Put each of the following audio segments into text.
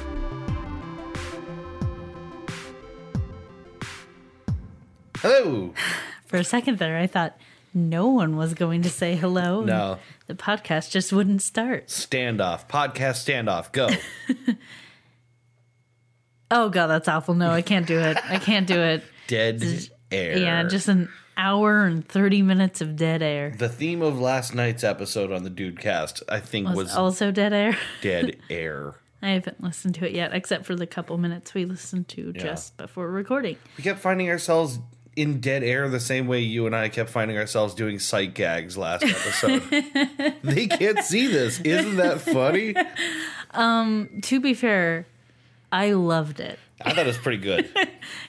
Hello. For a second there, I thought no one was going to say hello. and No. The podcast just wouldn't start. Standoff. Podcast standoff. Go. Oh, God, that's awful. No, I can't do it. I can't do it. Dead air. Yeah, just an hour and 30 minutes of dead air. the theme of last night's episode on the Dudecast, I think, Was, was also dead air. dead air. I haven't listened to it yet, except for the couple minutes we listened to just before recording. We kept finding ourselves in dead air the same way you and I kept finding ourselves doing sight gags last episode. they can't see this. Isn't that funny? To be fair, I loved it. I thought it was pretty good.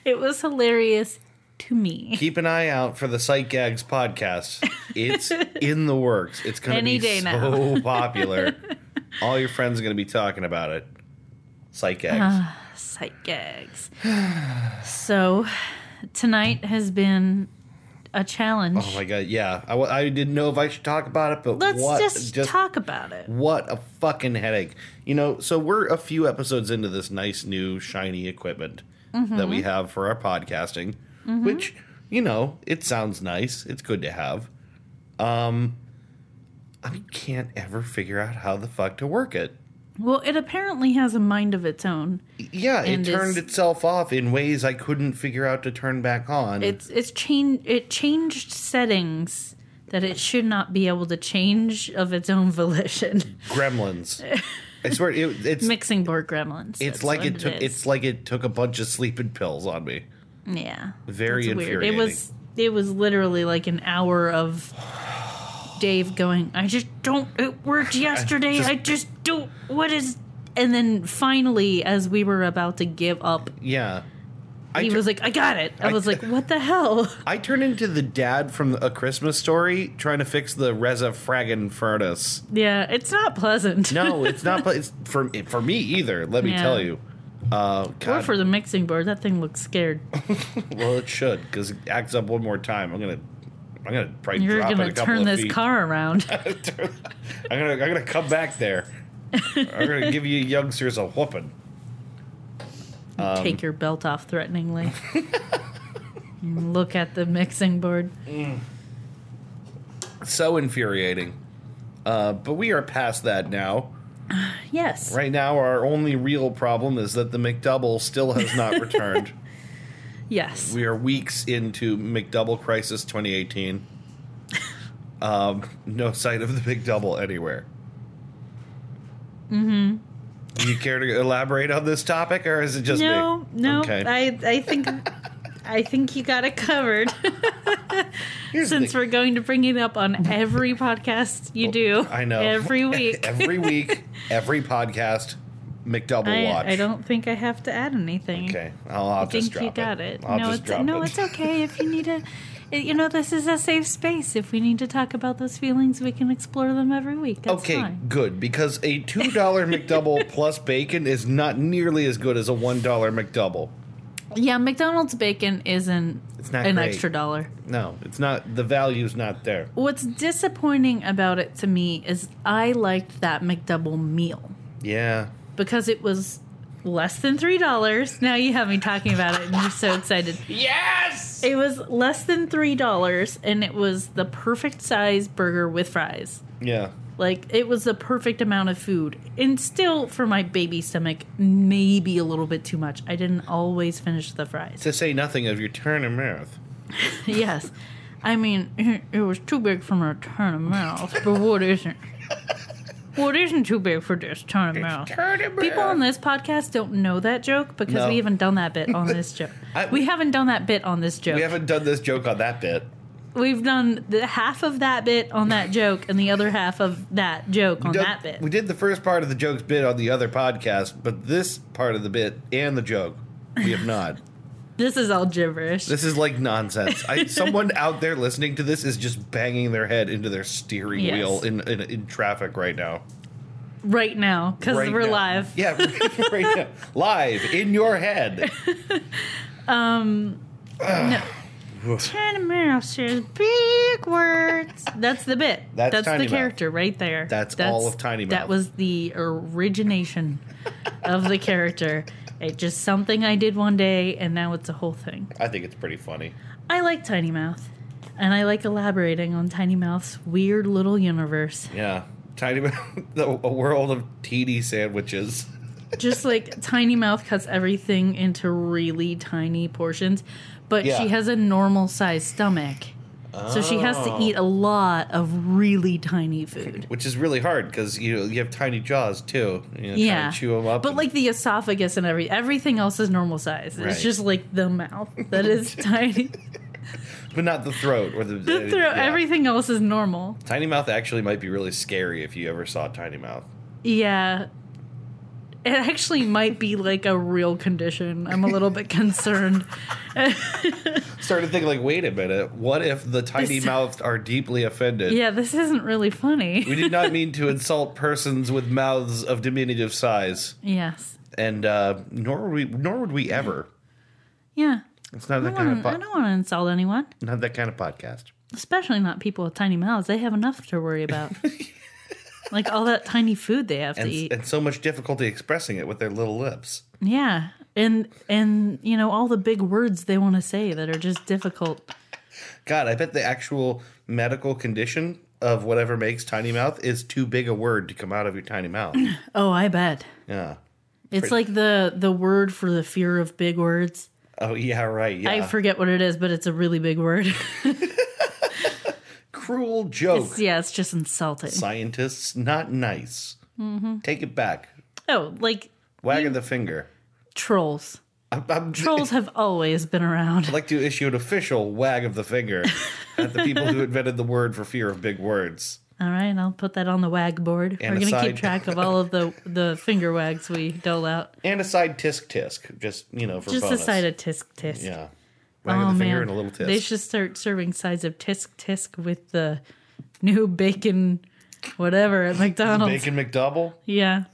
It was hilarious to me. Keep an eye out for the Sight Gags podcast. It's in the works. It's going to Any be day so now. popular. All your friends are going to be talking about it. Sight Gags. Uh-huh. sight gags. so tonight has been a challenge. Oh my god, yeah. I, wa- I didn't know if I should talk about it, but Let's what just, talk about it. what a fucking headache. You know, so we're a few episodes into this nice new shiny equipment that we have for our podcasting, which, you know, it sounds nice. It's good to have. Um I can't ever figure out how the fuck to work it. Well, it apparently has a mind of its own. Yeah, And it turned it's- itself off in ways I couldn't figure out to turn back on. It's it's changed it changed settings that it should not be able to change of its own volition. Gremlins. I swear it, it's Mixing board gremlins. it's that's like what it took is. it's like it took a bunch of sleeping pills on me. yeah. Very It's weird. It infuriating. was it was literally like an hour of Dave going, I just don't it worked yesterday. I just, just- don't what is and then finally as we were about to give up, Yeah. I he tur- was like, I got it. I, I- was like, What the hell? I turned into the dad from A Christmas Story trying to fix the Reza Fraggin furnace. yeah, it's not pleasant. No, it's not. pla- it's for for me either. Let me Yeah. tell you. Uh, Or God, for the mixing board, that thing looks scared. well, it should because it acts up one more time. I'm gonna, I'm gonna probably You're drop it gonna a couple turn of this feet. car around. I'm gonna, I'm gonna come back there. I'm gonna give you youngsters a whooping. Um, Take your belt off threateningly. And Look at the mixing board. So infuriating. Uh, but we are past that now. Yes. Right now, our only real problem is that the McDouble still has not returned. Yes. We are weeks into McDouble Crisis 2018. um, no sight of the Big Double anywhere. Mm-hmm. Do you care to elaborate on this topic, or is it just No, me? no. Okay. I I think I think you got it covered. Here's the Since thing. we're going to bring it up on every podcast you do. I know Every week. every week, every podcast, McDouble watch. I, I don't think I have to add anything. Okay, I'll, I'll I just think drop you got it. I'll no, just it's drop no, it. it's okay if you need a it- you know, this is a safe space. If we need to talk about those feelings, we can explore them every week. That's Okay, fine. good because a two dollar McDouble plus bacon is not nearly as good as a one dollar McDouble. Yeah, McDonald's bacon isn't It's not an great. extra dollar. No, it's not. The value's not there. What's disappointing about it to me is I liked that McDouble meal. Yeah, because it was less than three dollars. Now you have me talking about it, and you're so excited. Yes! It was less than three dollars, and it was the perfect size burger with fries. Yeah. Like it was the perfect amount of food, and still for my baby stomach, maybe a little bit too much. I didn't always finish the fries. To say nothing of your turn and mouth. yes, I mean it was too big for my turn of mouth, but what isn't? What isn't too big for this turn of mouth? Turn and People on this podcast don't know that joke because No. we haven't done that bit on this joke. I- we haven't done that bit on this joke. We We haven't done this joke on that bit. have done the half of that bit on that joke and the other half of that joke on Done- that bit. We did the first part of the jokes bit on the other podcast, but this part of the bit and the joke, we have not. This is all gibberish. this is like nonsense. I, someone out there listening to this is just banging their head into their steering Yes. wheel in, in, in traffic right now. right now because Right we're now. live. Yeah, right now. Live in your head. China Mouse says big words. That's the bit. That's Tiny Mouth. the character right there. That's all of Tiny That Mouth. was the origination of the character. It's just something I did one day, and now it's a whole thing. I think it's pretty funny. I like Tiny Mouth, and I like elaborating on Tiny Mouth's weird little universe. Yeah. Tiny Mouth- the- a world of TD sandwiches. Just like Tiny Mouth cuts everything into really tiny portions, but Yeah. she has a normal sized stomach. So she has to Oh. eat a lot of really tiny food. Which is really hard because you know, you have tiny jaws too. You know, yeah, Yeah. chew them up. But and- like the esophagus and every everything else is normal size. Right. It's just like the mouth that is tiny. but not the throat or the, uh, The throat, yeah. everything else is normal. Tiny Mouth actually might be really scary if you ever saw Tiny Mouth. Yeah. It actually might be like a real condition. I'm a little bit concerned. Started thinking like, wait a minute, what if the tiny This- mouthed are deeply offended? Yeah, this isn't really We funny. did not mean to insult persons with mouths of diminutive size, Yes. and uh, nor would we, nor would we ever. Yeah. It's not I that don't kind of wanna- I po- don't want to insult anyone, not that kind of podcast. especially not people with tiny mouths. They have enough to worry about. like all that tiny food they have and, to eat. and so much difficulty expressing it with their little lips. Yeah. And and you know all the big words they want to say that are just difficult. God, I bet the actual medical condition of whatever makes tiny mouth is too big a word to come out of your tiny mouth. Oh, I bet. yeah. It's like the the word for the fear of big words. Oh yeah, right. Yeah. I forget what it is, but it's a really big word. Cruel joke. yeah, it's just insulting. Scientists, not nice. Mm-hmm. Take it back. Oh, like Wagging the finger. trolls. I'm, I'm, Trolls have always been around. I'd like to issue an official wag of the finger at the people who invented the word for fear of big words. All right, I'll put that on the wag board. And We're gonna aside- keep track of all of the the finger wags we dole out. And a side tisk tisk, just you know, for Just bonus. a side of tisk tisk. Yeah, oh wagging the finger man, and a little tisk. they should start serving sides of tisk tisk with the new bacon, whatever at McDonald's. Bacon McDouble, Yeah,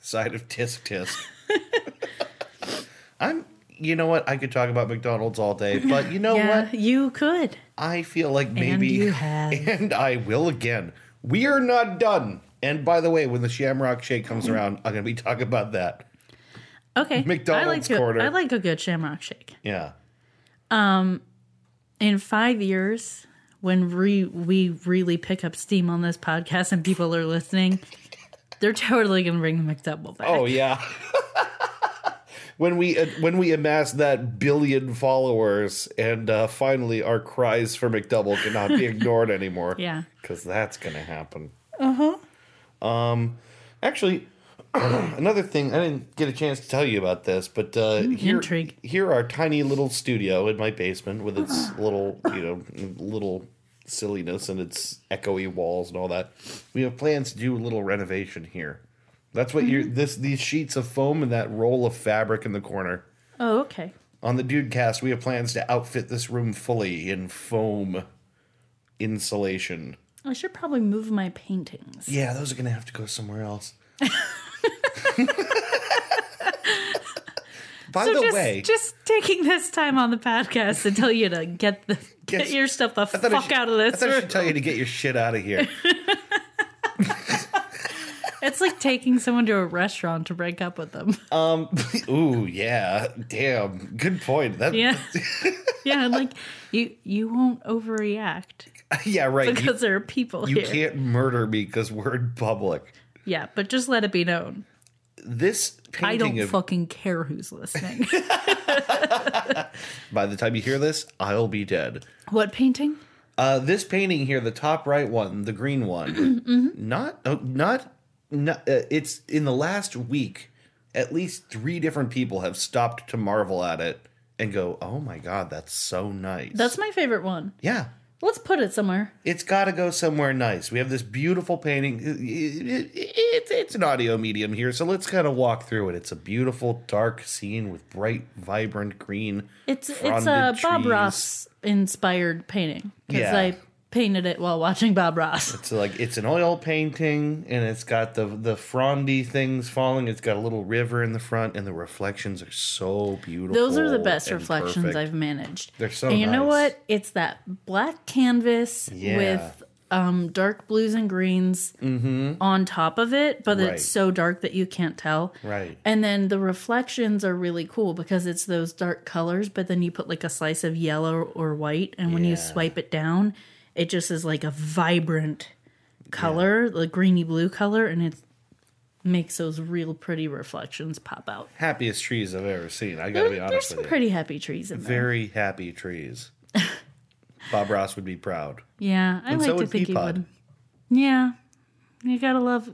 side of tisk tisk. I'm. You know what? I could talk about McDonald's all day, but you know yeah, what? you could. I feel like maybe you have. and I will again. We are not done. And by the way, when the Shamrock Shake comes Mm-hmm. around, I'm going to be talking about that. Okay, I like McDonald's a- corner. I like a good Shamrock Shake. Yeah. in five years when re- we really pick up steam on this podcast and people are listening they're totally gonna bring the mcdouble back Oh yeah. when we uh, when we amass that billion followers and uh, finally our cries for McDouble cannot be ignored anymore. Yeah. Cuz that's going to happen. Uh-huh. Um actually another thing I didn't get a chance to tell you about this, but uh here intrigue. here our tiny little studio in my basement with its little, you know, little silliness and its echoey walls and all that. We have plans to do a little renovation here. That's what you're this these sheets of foam and that roll of fabric in the corner. oh okay On the Dudecast, we have plans to outfit this room fully in foam insulation. i should probably move my paintings Yeah, those are gonna have to go somewhere else. By so the just, way, just taking this time on the podcast to tell you to get the get Yes. your stuff the I thought I fuck should- out of I this thought I should room. tell you to get your shit out of here. It's like taking someone to a restaurant to break up with them. Um, ooh, yeah, damn, good point. That, Yeah, yeah. Like you, you won't overreact yeah, right. You, because there are people you here. can't murder me because we're in public. Yeah, but just let it be known. This I painting don't of fucking care who's listening. by the time you hear this, I'll be dead. What painting? Uh, this painting here, the top right one, the green one, not oh, not not. Uh, it's in the last week. At least three different people have stopped to marvel at it and go, "Oh my god, that's so nice." That's my favorite one. yeah. Let's put it somewhere. It's got to go somewhere nice. We have this beautiful painting. It- it- it's, it's an audio medium here, so let's kind of walk through it. It's a beautiful, dark scene with bright, vibrant green. It's it's fronded a Bob trees. Ross inspired painting because Yeah. I painted it while watching Bob Ross. So like it's an oil painting and it's got the the frondy things falling. It's got a little river in the front and the reflections are so beautiful. Those are the best and reflections perfect. I've managed. They're so And you know nice. what? It's that black canvas Yeah. with um, dark blues and greens on top of it, but Mm-hmm. Right. it's so dark that you can't tell. Right. And then the reflections are really cool because it's those dark colors, but then you put like a slice of yellow or white, and when Yeah. you swipe it down, it just is like a vibrant color, the greeny blue color, and it makes those real pretty reflections pop out. Happiest trees I've ever seen. I gotta be There, there's honest some with you. pretty happy trees in there. Very happy trees. Bob Ross would be proud. Yeah, I like so to would think he Peapod. would. Yeah, you gotta love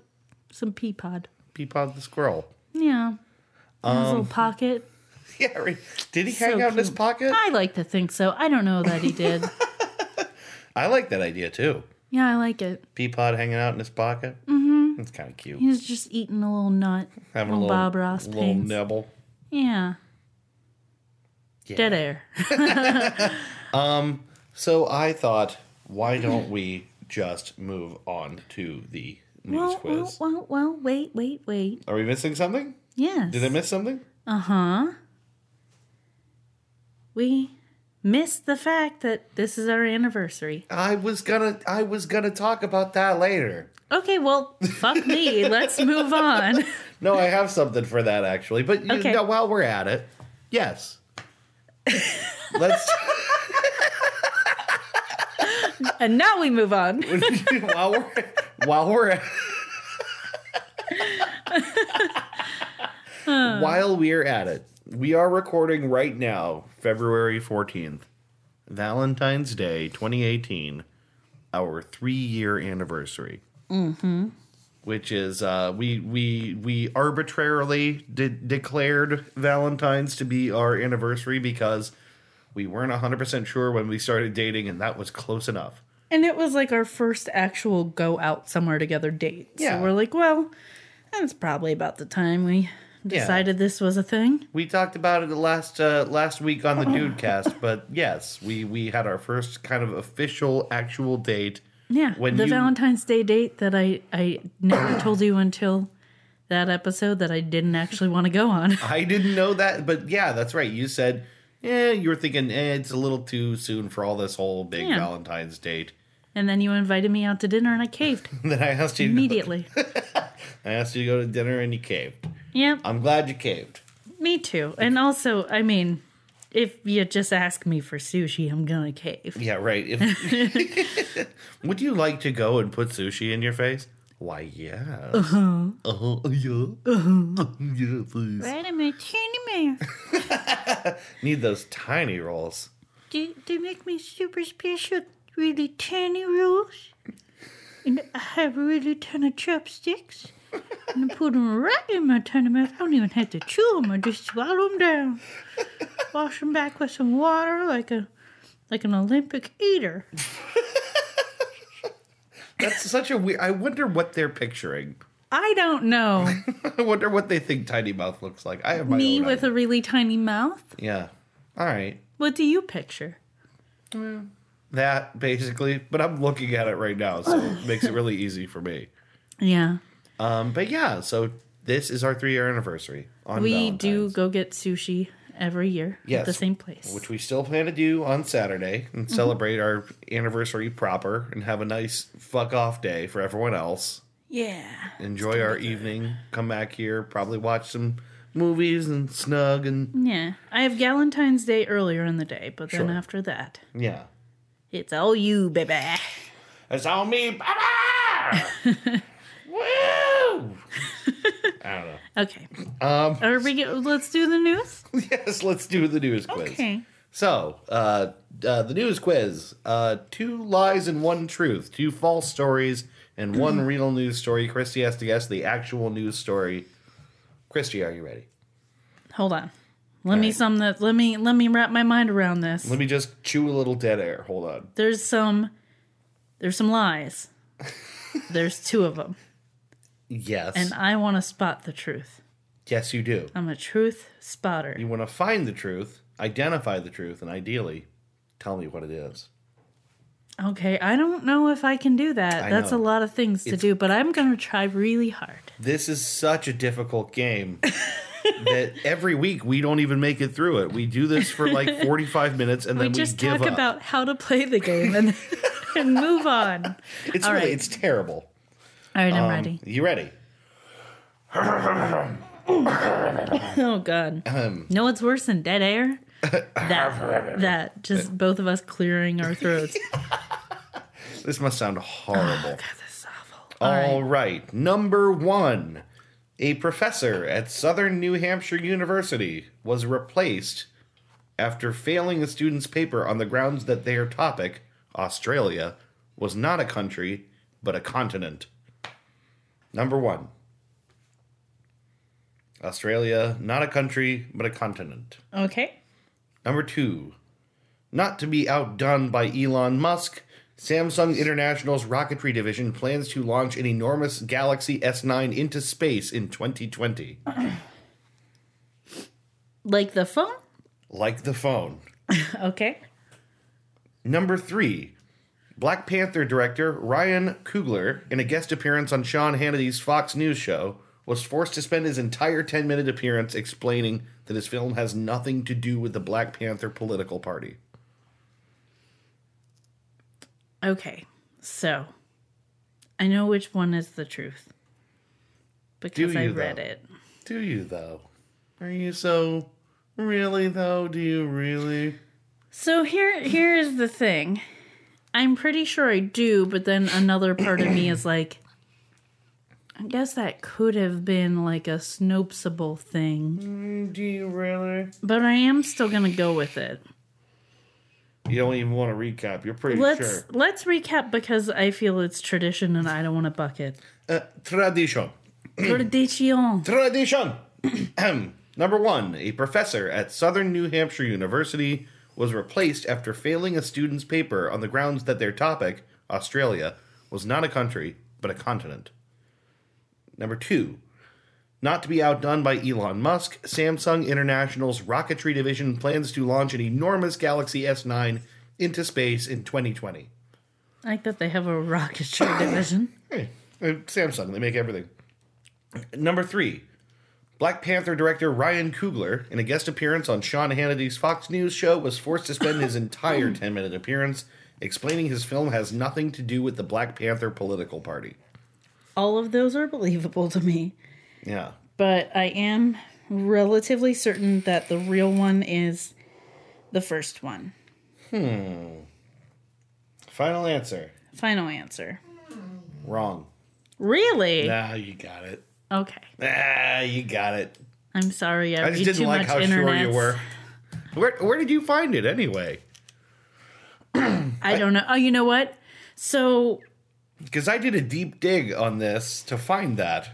some pea pod. Peapod the squirrel. Yeah, In Um, his little pocket. Yeah, right. Did he hang So out in his cute. pocket? I like to think so. I don't know that he did. I like that idea too. yeah, I like it. Peapod hanging out in his pocket. Mm-hmm. It's kind of cute. He's just eating a little nut. Having a little little, Bob Ross little pains. nibble. Yeah. Dead air. So I thought, why don't we just move on to the news well, quiz? well, well, well, wait, wait, wait. Are we missing something? Yes. Did I miss something? Uh huh. We missed the fact that this is our anniversary. I was gonna I was gonna talk about that later. Okay, well, fuck me. Let's move on. No, I have something for that actually. But you Okay. know, while we're at it, yes. Let's And now we move on. while we're while we're while we're at it. We are recording right now, February 14th, Valentine's Day 2018, our 3-year anniversary. Which is uh, we we we arbitrarily de- declared Valentine's to be our anniversary because we weren't 100% sure when we started dating and that was close enough. And it was like our first actual go out somewhere together date. Yeah. So we're like, well, that's probably about the time we decided this was a thing. We talked about it the last uh, last week on the Dudecast, but yes, we we had our first kind of official actual date. Yeah, When the you- Valentine's Day date that I I never told you until that episode that I didn't actually want to go on. I didn't know that, but yeah, that's right. You said, "Yeah, you were thinking eh, it's a little too soon for all this whole big Yeah. Valentine's date." And then you invited me out to dinner and I caved And then I asked you, to go- immediately. I asked you to go to dinner, and you caved. yep, I'm glad you caved. me too. And also, I mean, if you just ask me for sushi, I'm going to cave. Yeah, right. If, would you like to go and put sushi in your face? Why, yeah. Uh-huh. Uh-huh. Yeah. Uh-huh. Yeah, please. Right, I'm a tiny man. Need those tiny rolls. They, they make me super special, really tiny rolls. And I have a really ton of chopsticks. And I put them right in my tiny mouth. I don't even have to chew them, I just swallow them down. Wash them back with some water like a like an Olympic eater. That's such a weird. I wonder what they're picturing. I don't know. I wonder what they think tiny mouth looks like. I have my Me own with idea. a really tiny mouth? yeah. All right, What do you picture? that basically. But I'm looking at it right now, so it makes it really easy for me. Yeah. Um, but yeah, so this is our three year anniversary on We do Valentine's, go get sushi every year at the Yes. same place. which we still plan to do on Saturday Mm-hmm. and celebrate our anniversary proper and have a nice fuck off day for everyone else. yeah. Enjoy our evening. Come back here, probably watch some movies and snug and Yeah. I have Valentine's Day earlier in the day, but then Sure. after that, yeah. it's all you, baby. It's on me, Baba! Woo! I don't know. Okay. Um Are we go- let's do the news? Yes, let's do the news quiz. Okay. So, uh, uh, the news quiz: uh, two lies and one truth, two false stories and Mm-hmm. one real news story. Christy has to guess the actual news story. Christy, are you ready? Hold on. Let me right. sum that let me let me wrap my mind around this. Let me just chew a little dead air. Hold on. there's some there's some lies. there's two of them, Yes. and I want to spot the truth. yes, you do. I'm a truth spotter. You want to find the truth, identify the truth, and ideally, tell me what it is. Okay, I don't know if I can do that. I That's know. a lot of things to do, but I'm going to try really hard. this is such a difficult game that every week we don't even make it through it. We do this for like 45 minutes and We then we just give talk up. about how to play the game and and move on. It's All really right. it's terrible. All right, I'm Um, ready. You ready? Oh god. um, no, it's worse than dead air. That that just both of us clearing our throats. This must sound horrible. That's awful. All right. All right. Number one a professor at Southern New Hampshire University was replaced after failing a student's paper on the grounds that their topic, Australia, was not a country, but a continent. Number one Australia, not a country, but a continent. Okay. Number two, not to be outdone by Elon Musk, Samsung International's rocketry division plans to launch an enormous Galaxy S9 into space in 2020. Like the phone? Like the phone. Okay. Number three, Black Panther director Ryan Coogler, in a guest appearance on Sean Hannity's Fox News show, was forced to spend his entire 10 minute appearance explaining that his film has nothing to do with the Black Panther political party. Okay. So I know which one is the truth. Because Do I you, though? read it. Do you though? Are you so really though? Do you really? So here here is the thing. I'm pretty sure I do, but then another part of me is like I guess that could have been like a Snopesable thing. Do you really? But I am still gonna go with it. You don't even want to recap. You're pretty Let's sure. let's recap because I feel it's tradition and I don't want to buck it. Uh, tradition. Tradition. Tradition. Ahem. Number one, a professor at Southern New Hampshire University was replaced after failing a student's paper on the grounds that their topic, Australia, was not a country, but a continent. Number two, not to be outdone by Elon Musk, Samsung International's rocketry division plans to launch an enormous Galaxy S9 into space in 2020. I like that they have a rocketry division. Hey, uh, Samsung, they make everything. Number three, Black Panther director Ryan Coogler, in a guest appearance on Sean Hannity's Fox News show, was forced to spend his entire 10 minute appearance explaining his film has nothing to do with the Black Panther political party. All of those are believable to me, Yeah. but I am relatively certain that the real one is the first one. Final answer. Final answer. Wrong. Really? Ah, you got it. Okay. Ah, you got it. I'm sorry. I, I read just too didn't like much how sure internet. you were. Where, where did you find it anyway? I don't know. Oh, you know what? So Because I did a deep dig on this to find that.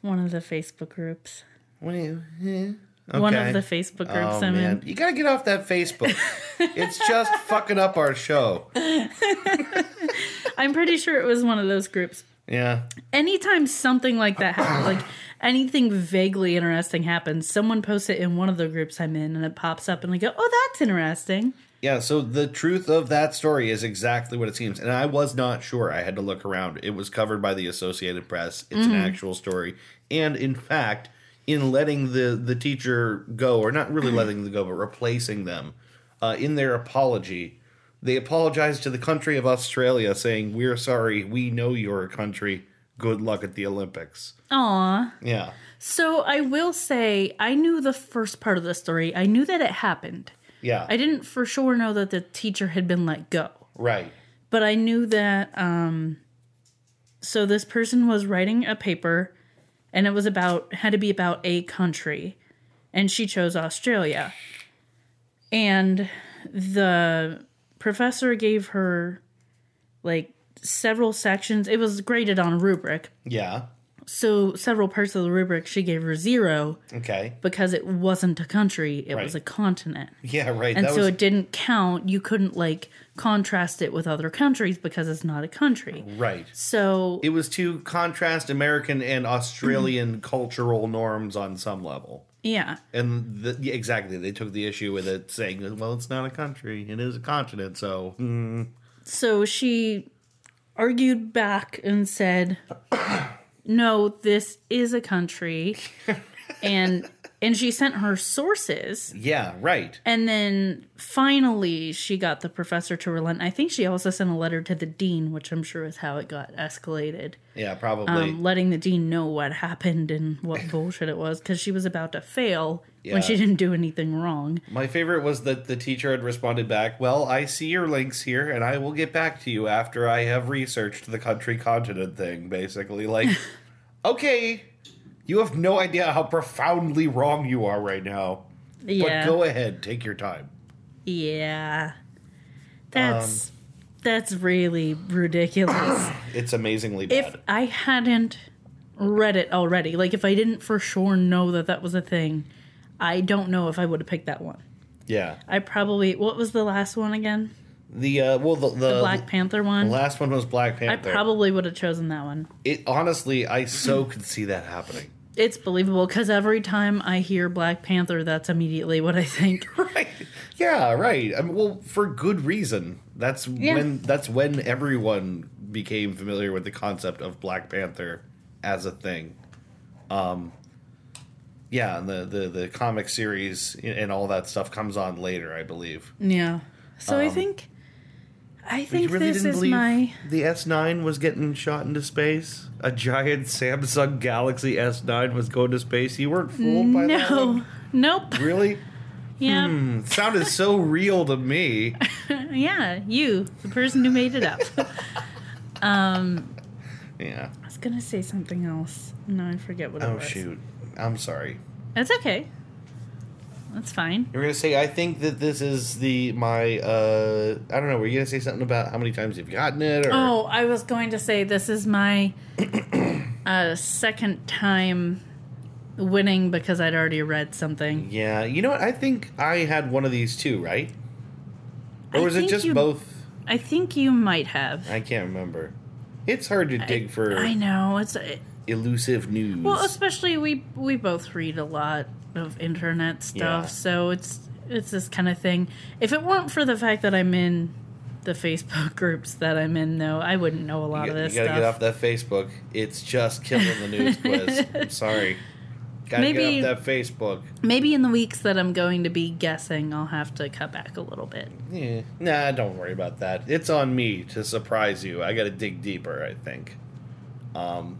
one of the Facebook groups. What do you- eh, One okay. of the Facebook groups Oh, I'm man. in. You gotta get off that Facebook. it's just fucking up our show. I'm pretty sure it was one of those groups. Yeah. anytime something like that happens, like anything vaguely interesting happens, someone posts it in one of the groups I'm in and it pops up and I go, oh, that's interesting. Yeah, so the truth of that story is exactly what it seems. And I was not sure. I had to look around. It was covered by the Associated Press. It's an actual story. And in fact, in letting the, the teacher go, or not really letting them go, but replacing them, uh, in their apology, they apologized to the country of Australia, saying, We're sorry. We know you're a country. Good luck at the Olympics. Aw. Yeah. So I will say, I knew the first part of the story. I knew that it happened. Yeah. I didn't for sure know that the teacher had been let go, right. but I knew that. Um, so this person was writing a paper and it was about, had to be about a country. and she chose Australia. And the professor gave her like several sections. It was graded on rubric. Yeah. So several parts of the rubric she gave her zero Okay. because it wasn't a country, it was Right. a continent. Yeah, right. And that so was it didn't count. You couldn't like contrast it with other countries because it's not a country. right. So It was to contrast American and Australian cultural norms on some level. yeah. And the, yeah, exactly, they took the issue with it, saying, "Well, it's not a country; it is a continent." So, mm, so she argued back and said, "No, this is a country, and and she sent her sources. Yeah, right. And then finally, she got the professor to relent. I think she also sent a letter to the dean, which I'm sure is how it got escalated, Yeah, probably. um, letting the dean know what happened and what bullshit it was because she was about to fail Yeah. when she didn't do anything wrong. My favorite was that the teacher had responded back, Well, I see your links here, and I will get back to you after I have researched the country continent thing, basically. Like, okay, you have no idea how profoundly wrong you are right now. Yeah. But go ahead, take your time. Yeah. That's Um, that's really ridiculous. It's amazingly bad. if I hadn't read it already, like if I didn't for sure know that that was a thing, I don't know if I would have picked that one. yeah. I probably what was the last one again? The, uh, well, the, the, The Black Panther one. last one was Black I Panther. probably would have chosen that one. it, honestly, I so could see that happening. It's believable because every time I hear Black Panther, that's immediately what I think. Right. Yeah, right. I mean, well, for good reason. That's when that's when everyone became familiar with the concept of Black Panther as a thing. Um yeah, and the, the, the comic series and all that stuff comes on later, I believe. yeah. So Um, I think I think this is my the S9 was getting shot into space? A giant Samsung Galaxy S9 was going to space? You weren't fooled by that? Hmm. no. one? Nope. Really? Yeah. It sounded so real to me. Yeah, you, the person who made it up. Yeah. I was gonna say something else. No, I forget what it Oh was. shoot. I'm sorry. That's okay. That's fine. You're gonna say I think that this is the my uh I don't know, were you gonna say something about how many times you've gotten it or Oh, I was going to say this is my uh, second time winning because I'd already read something. Yeah, you know what? I think I had one of these too, right? Or I was it think just you- both? I think you might have. I can't remember. It's hard to dig for I know it's it, elusive news. well, especially we we both read a lot of internet stuff, Yeah. so it's it's this kind of thing. If it weren't for the fact that I'm in the Facebook groups that I'm in, though, I wouldn't know a lot you, of got- this you gotta stuff. get off that Facebook. It's just killing the news quiz. I'm sorry. Gotta Maybe- get off that Facebook. Maybe in the weeks that I'm going to be guessing, I'll have to cut back a little bit. Yeah. Nah, don't worry about that. It's on me to surprise you. I got to dig deeper, I think. Um,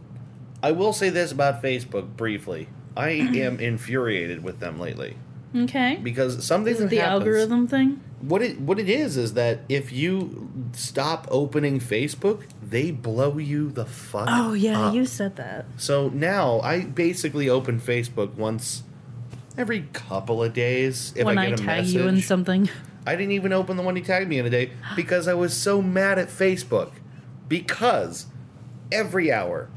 I will say this about Facebook briefly. I am infuriated with them lately Okay. because something Is it that the happens- algorithm thing? What it what it is is that if you stop opening Facebook, they blow you the fuck. Oh yeah, up. you said that. So now I basically open Facebook once every couple of days if when I I, get a tag message. you in something. I didn't even open the one he tagged me in today because I was so mad at Facebook. Because every hour,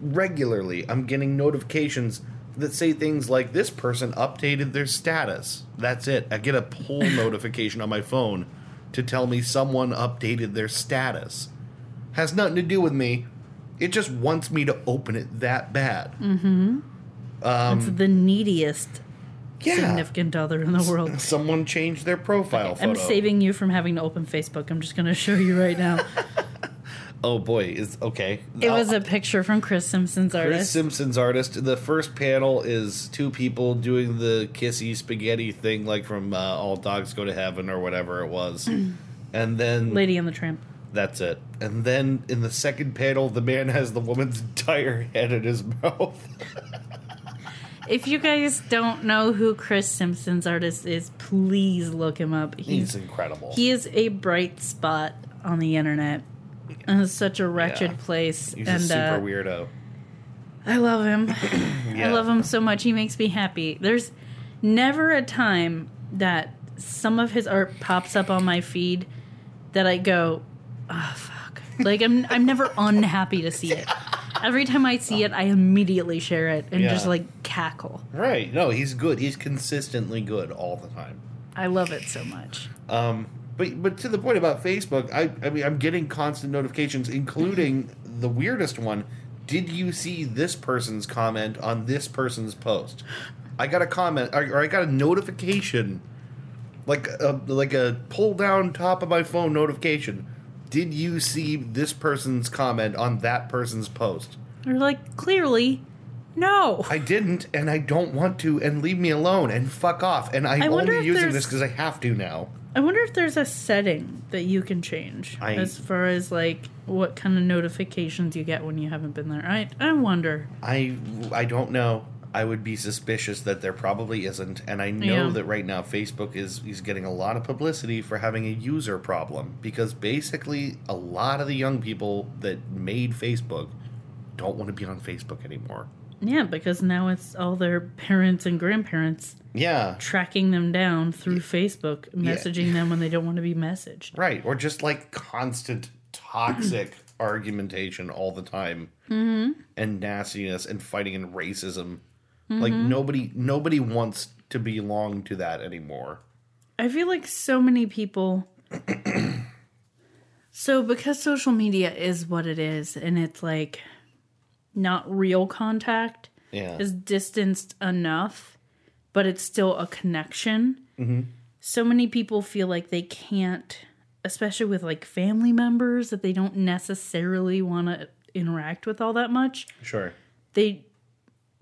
regularly, I'm getting notifications that say things like this person updated their status. That's it. I get a pull notification on my phone to tell me someone updated their status. Has nothing to do with me. It just wants me to open it that bad. Mm. it's the neediest um, Yeah. significant other in the world. Someone changed their profile photo. I'm saving you from having to open Facebook. I'm just going to show you right now. Oh boy, is okay. it was a picture from Chris Simpson's Chris artist. Simpson's artist. The first panel is two people doing the kissy spaghetti thing, like from uh, All Dogs Go to Heaven or whatever it was. and then Lady and the Tramp. that's it. And then in the second panel, the man has the woman's entire head in his mouth. If you guys don't know who Chris Simpson's artist is, please look him up. He's He's incredible. he is a bright spot on the internet. And it's such a wretched Yeah. place. He's and a super uh, weirdo. I love him. I Yeah. love him so much. He makes me happy. There's never a time that some of his art pops up on my feed that I go, oh, fuck. Like, I'm, I'm never unhappy to see it. Every time I see it, I immediately share it and just Yeah. like cackle. Right? No, he's good. He's consistently good all the time. I love it so much. Um, but but to the point about Facebook, I I mean I'm getting constant notifications, including the weirdest one. Did you see this person's comment on this person's post? I got a comment, or, or I got a notification, like a like a pull down top of my phone notification. Did you see this person's comment on that person's post? Or, like, clearly, No. I didn't, and I don't want to, and leave me alone, and fuck off. And I'm I wonder only if using there's- this because I have to now. I wonder if there's a setting that you can change I- as far as like what kind of notifications you get when you haven't been there. I I wonder. I I don't know. I would be suspicious that there probably isn't, and I know Yeah. that right now Facebook is is getting a lot of publicity for having a user problem because basically a lot of the young people that made Facebook don't want to be on Facebook anymore. Yeah, because now it's all their parents and grandparents Yeah, tracking them down through Facebook, messaging them when they don't want to be messaged. right. Or just like constant toxic argumentation all the time, Mm-hmm. and nastiness, and fighting and racism. Like Mm-hmm. nobody nobody wants to belong to that anymore. I feel like so many people. so, because social media is what it is, and it's like not real contact, Yeah. is distanced enough, but it's still a connection. So many people feel like they can't, especially with like family members that they don't necessarily want to interact with all that much. sure. They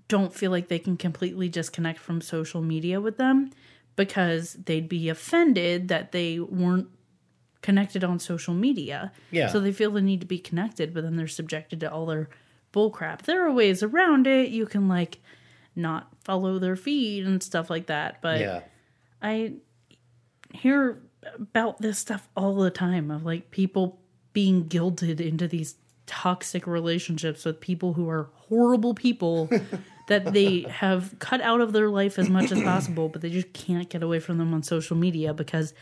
don't feel like they can completely disconnect from social media with them because they'd be offended that they weren't connected on social media. Yeah. So they feel the need to be connected, but then they're subjected to all their bullcrap. There are ways around it. You can like not follow their feed and stuff like that. But Yeah. I hear about this stuff all the time of like people being guilted into these toxic relationships with people who are horrible people that they have cut out of their life as much as possible, but they just can't get away from them on social media because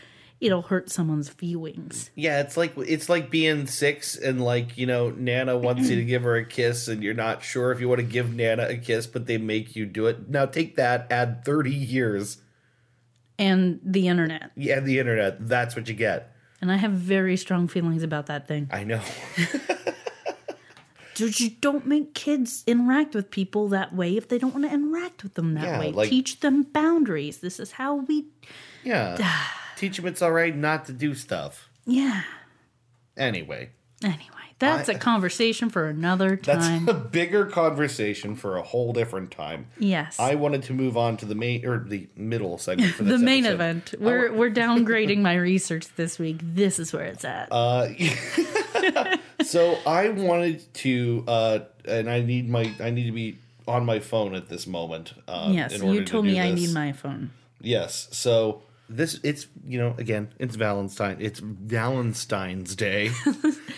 it'll hurt someone's feelings. Yeah, it's like it's like being six and like you know Nana wants you to give her a kiss and you're not sure if you want to give Nana a kiss, but they make you do it. Now take that, add thirty years, And the internet. yeah, the internet. That's what you get. And I have very strong feelings about that thing. I know. Dude, you don't make kids interact with people that way if they don't want to interact with them that Yeah, way. like- Teach them boundaries. This is how we Yeah, teach them it's all right not to do stuff. Yeah. Anyway, Anyway, that's a conversation for another that's time. a bigger conversation for a whole different time. yes. I wanted to move on to the main or the middle segment for the this main episode. event. We're we're downgrading my research this week. This is where it's at. Um, so I wanted to, uh, and I need my, I need to be on my phone at this moment. Uh, yes, in order you to told do me I this. need my phone. Yes, so this it's you know again it's Valentine it's Valentine's Day.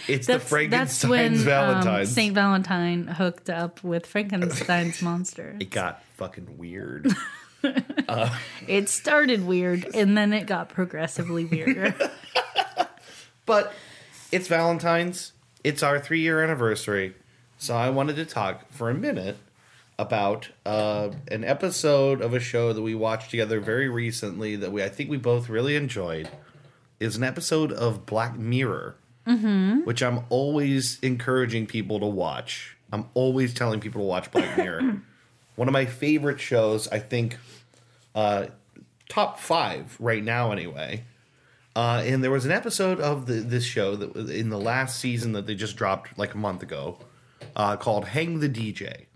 It's the That's Frankenstein's that's when um, Valentine's. Saint Valentine hooked up with Frankenstein's monster. it got fucking weird. It started weird and then it got progressively weirder. But it's Valentine's. It's our three year anniversary. So I wanted to talk for a minute about uh, an episode of a show that we watched together very recently that we I think we both really enjoyed. Is an episode of Black Mirror, Mm-hmm. which I'm always encouraging people to watch. I'm always telling people to watch Black Mirror. One of my favorite shows, I think, uh, top five right now, anyway. Uh, and there was an episode of the, this show that was in the last season that they just dropped like a month ago, uh, called "Hang the DJ."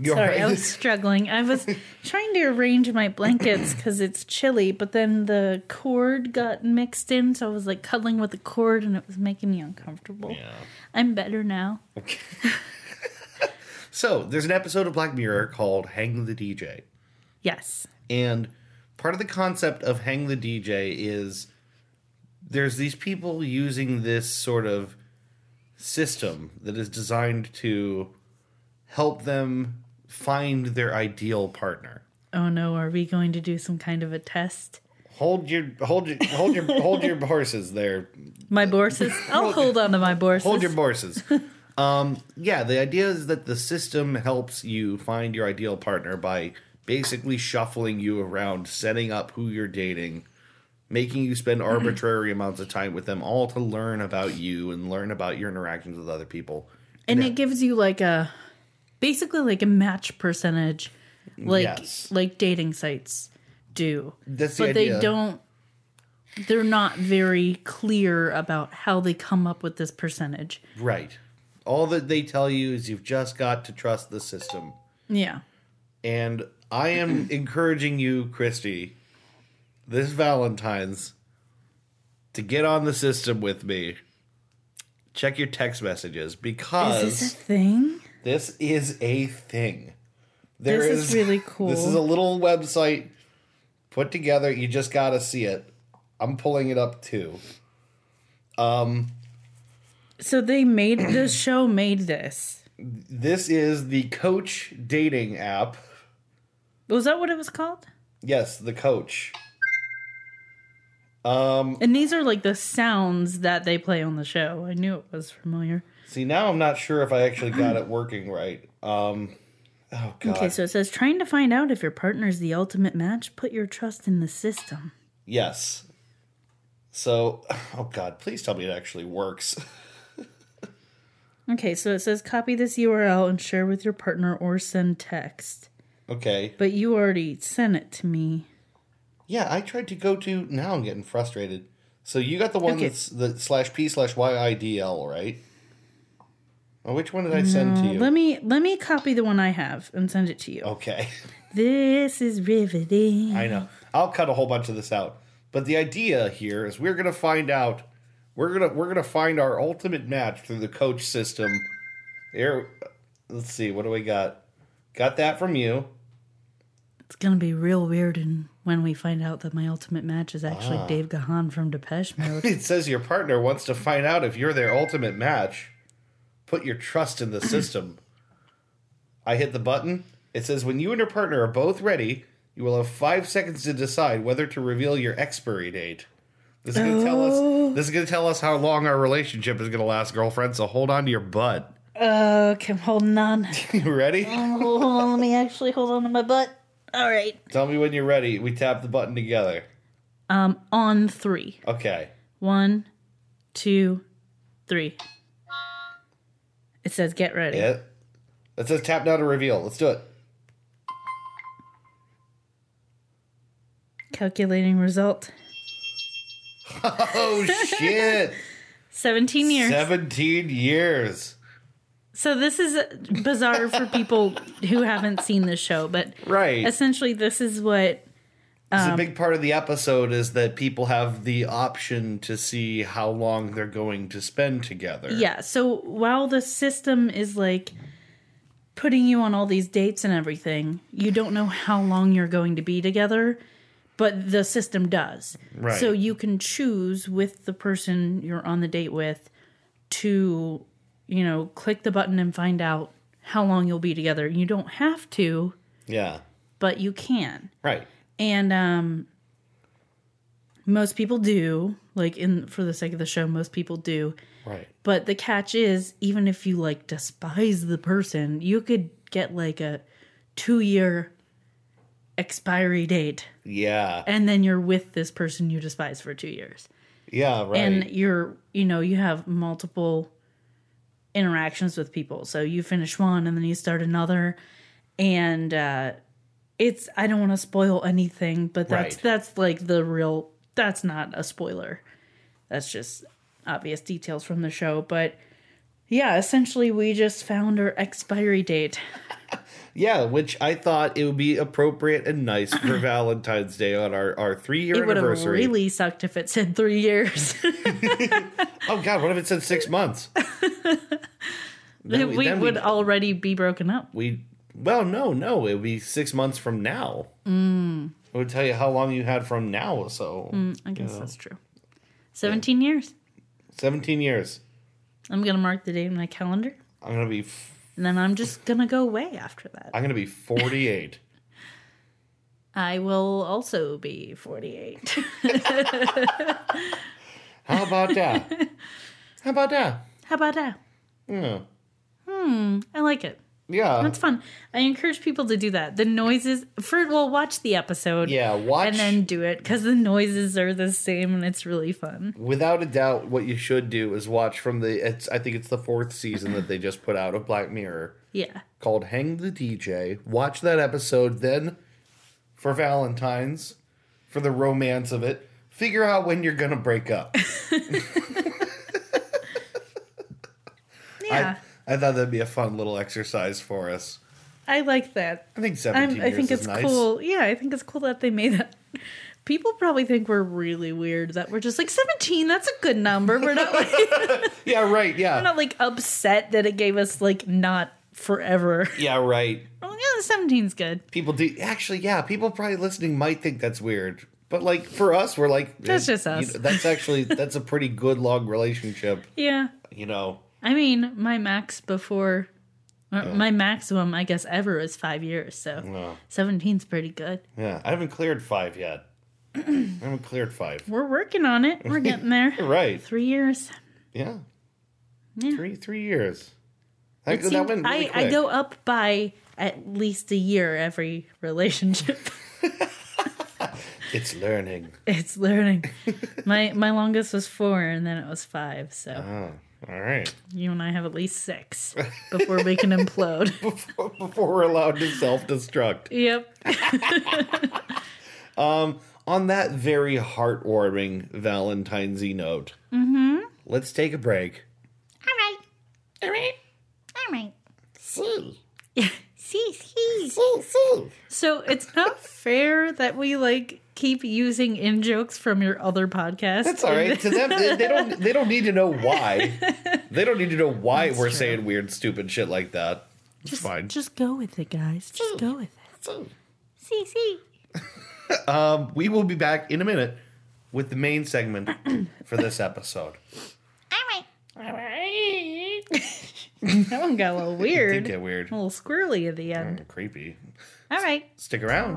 You're Sorry, I was struggling. I was trying to arrange my blankets because it's chilly, but then the cord got mixed in, so I was like cuddling with the cord and it was making me uncomfortable. Yeah. I'm better now. So there's an episode of Black Mirror called "Hang the DJ," Yes. and part of the concept of "Hang the DJ" is there's these people using this sort of system that is designed to help them find their ideal partner. Oh no, are we going to do some kind of a test? Hold your hold your hold your hold your horses there, My borses? I'll hold on to my borses. Uh, Hold your horses. um, yeah, the idea is that the system helps you find your ideal partner by basically shuffling you around, setting up who you're dating, making you spend Mm-hmm. arbitrary amounts of time with them, all to learn about you and learn about your interactions with other people. and it gives you like a basically like a match percentage like Yes. like dating sites do That's the but idea. they don't they're not very clear about how they come up with this percentage Right. All that they tell you is you've just got to trust the system. Yeah. And I am encouraging you, Christy, this Valentine's, to get on the system with me. Check your text messages because Is this a thing? this is a thing. There This is really cool. This is a little website put together. You just got to see it. I'm pulling it up too. So they made the show made this. This is the Coach dating app. Was that what it was called? Yes, the Coach. Um, And these are like the sounds that they play on the show. I knew it was familiar. See, now I'm not sure if I actually got it working right. Um, oh god. Okay, so it says trying to find out if your partner's the ultimate match, put your trust in the system. Yes. So, oh god, please tell me it actually works. Okay, so it says copy this URL and share with your partner or send text. Okay. But you already sent it to me. Yeah, I tried to go to. Now I'm getting frustrated. So you got the one Okay. that's the slash p slash y i d l right? Oh, which one did I send to you? Mm, Let me let me copy the one I have and send it to you. okay, This is riveting. Oh. I know. I'll cut a whole bunch of this out. But the idea here is we're gonna find out. We're gonna we're gonna find our ultimate match through the coach system. Here, let's see. What do we got? Got that from you. It's gonna be real weird and when we find out that my ultimate match is actually Ah. Dave Gahan from Depeche Mode. It says your partner wants to find out if you're their ultimate match. Put your trust in the system. I hit the button. It says when you and your partner are both ready, you will have five seconds to decide whether to reveal your expiry date. This is gonna tell us this is gonna tell us how long our relationship is gonna last, girlfriend, so hold on to your butt. okay, I'm holding on. You ready? hold on, let me actually hold on to my butt. All right. Tell me when you're ready. We tap the button together. Um, on three. Okay. One, two, three. It says get ready. Yeah. It says tap now to reveal. Let's do it. Calculating result. Oh shit. 17 years. 17 years. So this is bizarre for people who haven't seen the show, but Right. essentially this is what It's a um, big part of the episode is that people have the option to see how long they're going to spend together. yeah, so while the system is like putting you on all these dates and everything, you don't know how long you're going to be together, but the system does. Right. So you can choose with the person you're on the date with to, you know, click the button and find out how long you'll be together. You don't have to, Yeah. but you can. Right. and um most people do like in for the sake of the show most people do Right. but the catch is even if you like despise the person you could get like a 2 year expiry date Yeah. and then you're with this person you despise for 2 years Yeah, right. and you're you know you have multiple interactions with people so you finish one and then you start another and uh it's i don't want to spoil anything but that's Right. that's like the real that's not a spoiler that's just obvious details from the show but yeah essentially we just found our expiry date yeah, which I thought it would be appropriate and nice for Valentine's Day on our, our three year it would have anniversary. really sucked if it said three years Oh, God, what if it said six months? Then we, then would already be broken up we well no no it would be six months from now mm. it would tell you how long you had from now so i guess that's true 17 years 17 years I'm gonna mark the date in my calendar, i'm gonna be f- and then I'm just gonna go away after that. i'm gonna be 48 I will also be 48. how about that how about that How about that? Hmm, yeah I like it. yeah It's fun. I encourage people to do that. The noises for well, watch the episode, yeah watch and then do it because the noises are the same, and it's really fun. without a doubt what you should do is watch from the it's i think it's the fourth season that they just put out of black mirror Yeah, called Hang the DJ. Watch that episode then for Valentine's, for the romance of it. Figure out when you're going to break up. yeah. I thought that'd be a fun little exercise for us. I like that. I think 17 I'm, I years think is it's nice. cool. Yeah, I think it's cool that they made it. People probably think we're really weird that we're just like 17. That's a good number. We're not like, Yeah, right. we're Yeah. not like upset that it gave us like not forever. Yeah, right. I'm like, yeah, 17's good. People do actually. Yeah, people probably listening might think that's weird, but like for us, we're like That's eh, just us. you know, that's actually that's a pretty good long relationship. Yeah. You know. I mean, my max before, or my maximum, I guess, ever was five years. So Oh, 17's pretty good. yeah, I haven't cleared five yet. I haven't cleared five. We're working on it. We're getting there. Right. Three years. Yeah. Yeah. Three three years. That, It that seems- went really I, I quick. go up by at least a year every relationship. It's learning. it's learning. my my longest was four, and then it was five. So Oh, all right. you and I have at least six before we can implode. Before, before we're allowed to self destruct. yep. On that very heartwarming Valentine's Y note, mm-hmm. let's take a break. All right. All right. All right. See. see, see. So it's not fair that we like keep using in jokes from your other podcast. That's all right. to them, they, they don't. They don't need to know why. They don't need to know why we're saying weird, stupid shit like that. It's fine. Just go with it, guys. Just go with it. See, see. Um, we will be back in a minute with the main segment for this episode. All right. All right. That one got a little It did weird. get weird, A little squirrely at the end. creepy. All right. Stick around.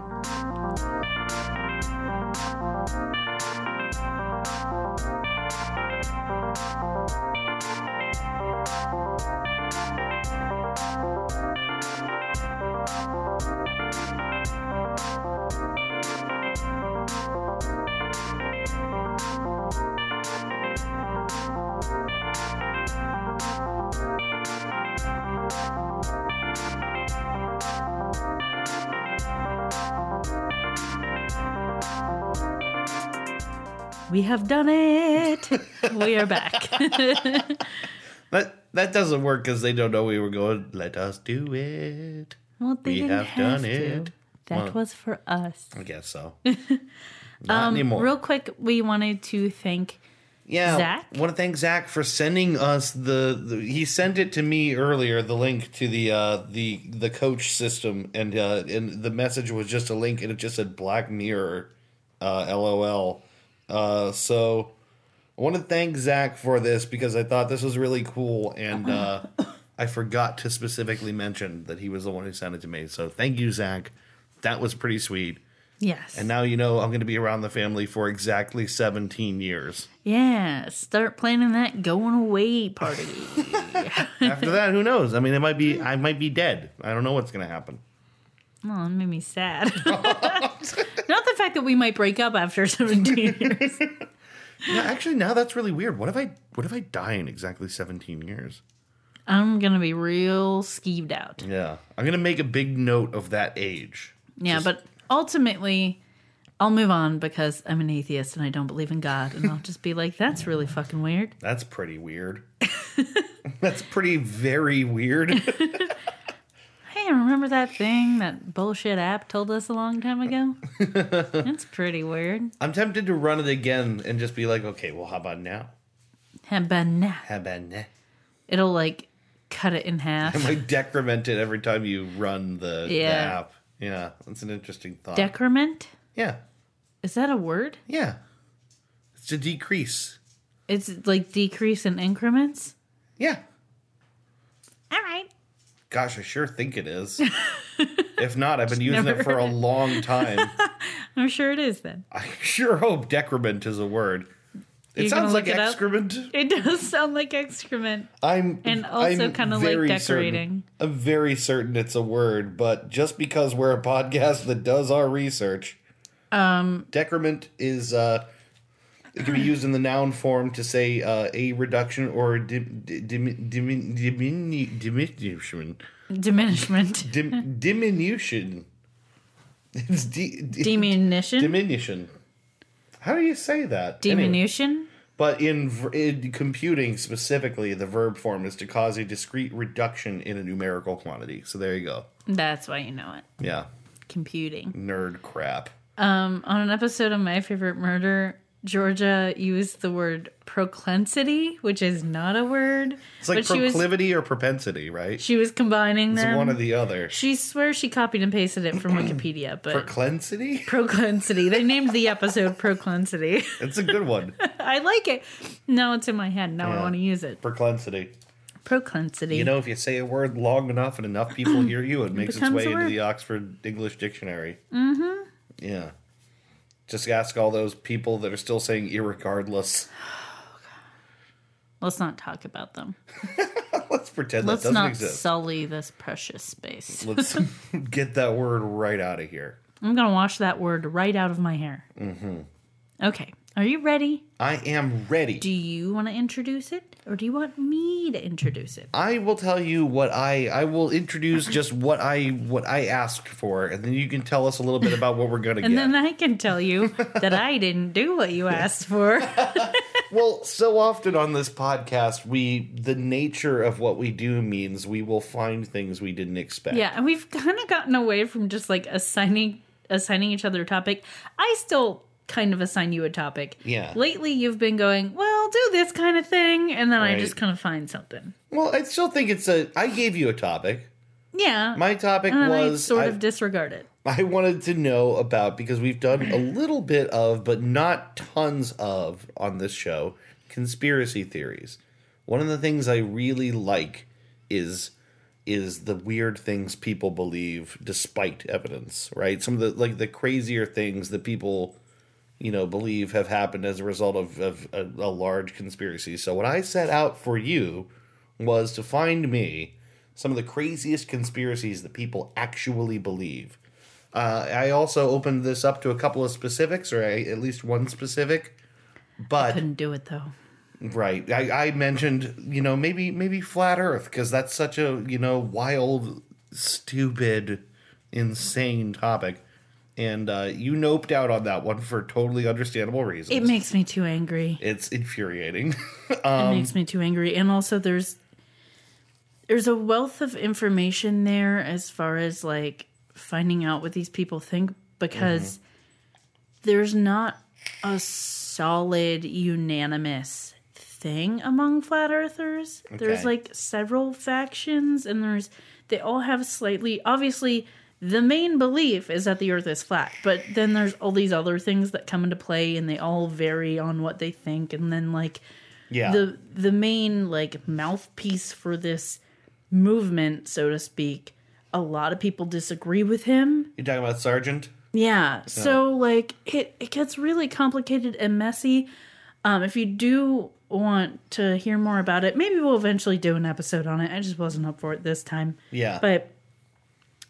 We have done it. we are back. That that doesn't work because they don't know we were going. Let us do it. well, they We didn't have have, done to. it. That Well- was for us. I guess so. Not anymore. Um, Real quick, we wanted to thank. yeah. Zach? Want to thank Zach for sending us the, the. He sent it to me earlier. The link to the uh, the the coach system, and uh, and the message was just a link, and it just said Black Mirror, uh, LOL. Uh, so I want to thank Zach for this because I thought this was really cool, and uh, I forgot to specifically mention that he was the one who sent it to me. So thank you, Zach. That was pretty sweet. Yes. And now you know I'm going to be around the family for exactly 17 years. yeah. Start planning that going away party. After that, who knows? I mean, it might be I might be dead. I don't know what's going to happen. oh, it made me sad. Not the fact that we might break up after 17 years. Yeah, actually, now that's really weird. What if I what if I die in exactly 17 years? I'm going to be real skeeved out. Yeah, I'm going to make a big note of that age. Yeah, but ultimately, I'll move on because I'm an atheist and I don't believe in God. And I'll just be like, that's really fucking weird. That's pretty weird. that's pretty very weird. Hey, remember that thing that bullshit app told us a long time ago? That's pretty weird. I'm tempted to run it again and just be like, okay, well, how about now? How about now? How about now? It'll like cut it in half. I decrement it every time you run the, the Yeah. app. Yeah, that's an interesting thought. Decrement? yeah. Is that a word? Yeah. It's to decrease. It's like decrease in increments? Yeah. All right. Gosh, I sure think it is. if not, I've been using never it for a long time. I'm sure it is then. I sure hope decrement is a word. It You're gonna sounds like look it up? excrement. It does sound like excrement. I'm And also I'm kinda like very decorating. Certain, I'm very certain it's a word, but just because we're a podcast that does our research, um, decrement is uh, it can be used in the noun form to say uh, a reduction or a dim, dim, dim, diminu- diminution. Diminishment. Dim, diminution. It's di- di- Diminution? diminution. How do you say that? Anyway, Diminution? But in, v- in computing specifically, the verb form is to cause a discrete reduction in a numerical quantity. So there you go. That's why you know it. Yeah, Computing. nerd crap. Um, on an episode of My Favorite Murder, Georgia used the word proclensity, which is not a word. It's like but she was proclivity or propensity, right? she was combining It's them. one or the other. she swears she copied and pasted it from Wikipedia, but Proclensity? proclensity. They named the episode proclensity. It's a good one. I like it. Now it's in my head. Now I Yeah. want to use it. Proclensity. Proclensity. You know, if you say a word long enough and enough people hear you, it makes its becomes way a into word. the Oxford English Dictionary. Mm-hmm. Yeah. Just ask all those people that are still saying irregardless. Let's not talk about them. Let's pretend Let's that doesn't not exist. sully this precious space. Let's get that word right out of here. I'm going to wash that word right out of my hair. Mm-hmm. Okay. Are you ready? I am ready. Do you want to introduce it or do you want me to introduce it? I will tell you what I I will introduce just what I what I asked for, and then you can tell us a little bit about what we're gonna And get. then I can tell you that I didn't do what you asked for. Well, so often on this podcast, we the nature of what we do means we will find things we didn't expect. yeah, and we've kind of gotten away from just like assigning assigning each other a topic. I still kind of assign you a topic. Yeah. Lately you've been going, "Well, do this kind of thing," and then I Right. just kind of find something. Well, I still think it's a. I gave you a topic. Yeah. My topic and then I was sort I, of disregard it. I wanted to know about because we've done a little bit of, but not tons of, on this show, conspiracy theories. One of the things I really like is is the weird things people believe despite evidence, right? Some of the like the crazier things that people you know believe have happened as a result of, of a, a large conspiracy. So what I set out for you was to find me some of the craziest conspiracies that people actually believe. Uh, I also opened this up to a couple of specifics, or I, at least one specific. But Couldn't do it though. right, I, I mentioned you know maybe maybe flat Earth because that's such a you know wild, stupid, insane topic, and uh, you noped out on that one for totally understandable reasons. It makes me too angry. it's infuriating. it makes me too angry and also there's there's a wealth of information there as far as like finding out what these people think because there's not a solid unanimous thing among flat earthers Okay. there's like several factions and there's they all have slightly obviously the main belief is that the earth is flat but then there's all these other things that come into play and they all vary on what they think and then like yeah, the the main like mouthpiece for this movement, so to speak. A lot of people disagree with him. you talking about Sergeant? Yeah. So like it it gets really complicated and messy. Um if you do want to hear more about it, maybe we'll eventually do an episode on it. I just wasn't up for it this time. Yeah, But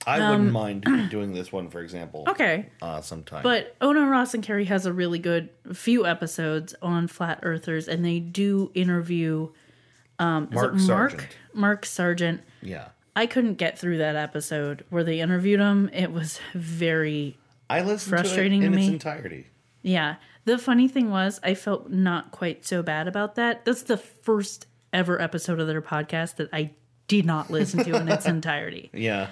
um, I wouldn't mind doing this one, for example, okay. uh, sometime. But Ono Ross and Carrie has a really good few episodes on flat earthers and they do interview um Mark is it Mark Sargent. Mark Sargent. yeah, I couldn't get through that episode where they interviewed him. It was very I listened Frustrating to to it in its me. entirety. yeah. The funny thing was I felt not quite so bad about that. That's the first ever episode of their podcast that I did not listen to in its entirety. Yeah.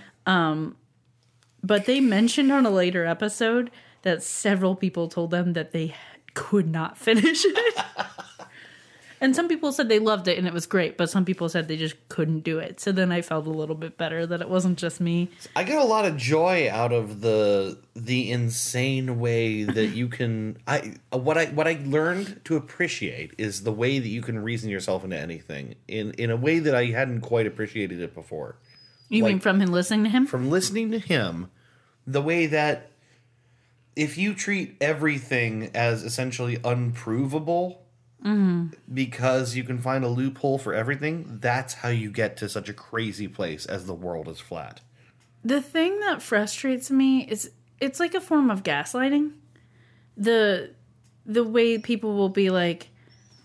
But they mentioned on a later episode that several people told them that they could not finish it. and some people said they loved it and it was great, but some people said they just couldn't do it. So then I felt a little bit better that it wasn't just me. I get a lot of joy out of the the insane way that you can I what I what I learned to appreciate is the way that you can reason yourself into anything in in a way that I hadn't quite appreciated it before. You mean Like- from him listening to him? From listening to him, the way that if you treat everything as essentially unprovable because you can find a loophole for everything, that's how you get to such a crazy place as the world is flat. The thing that frustrates me is it's like a form of gaslighting. The the way people will be like,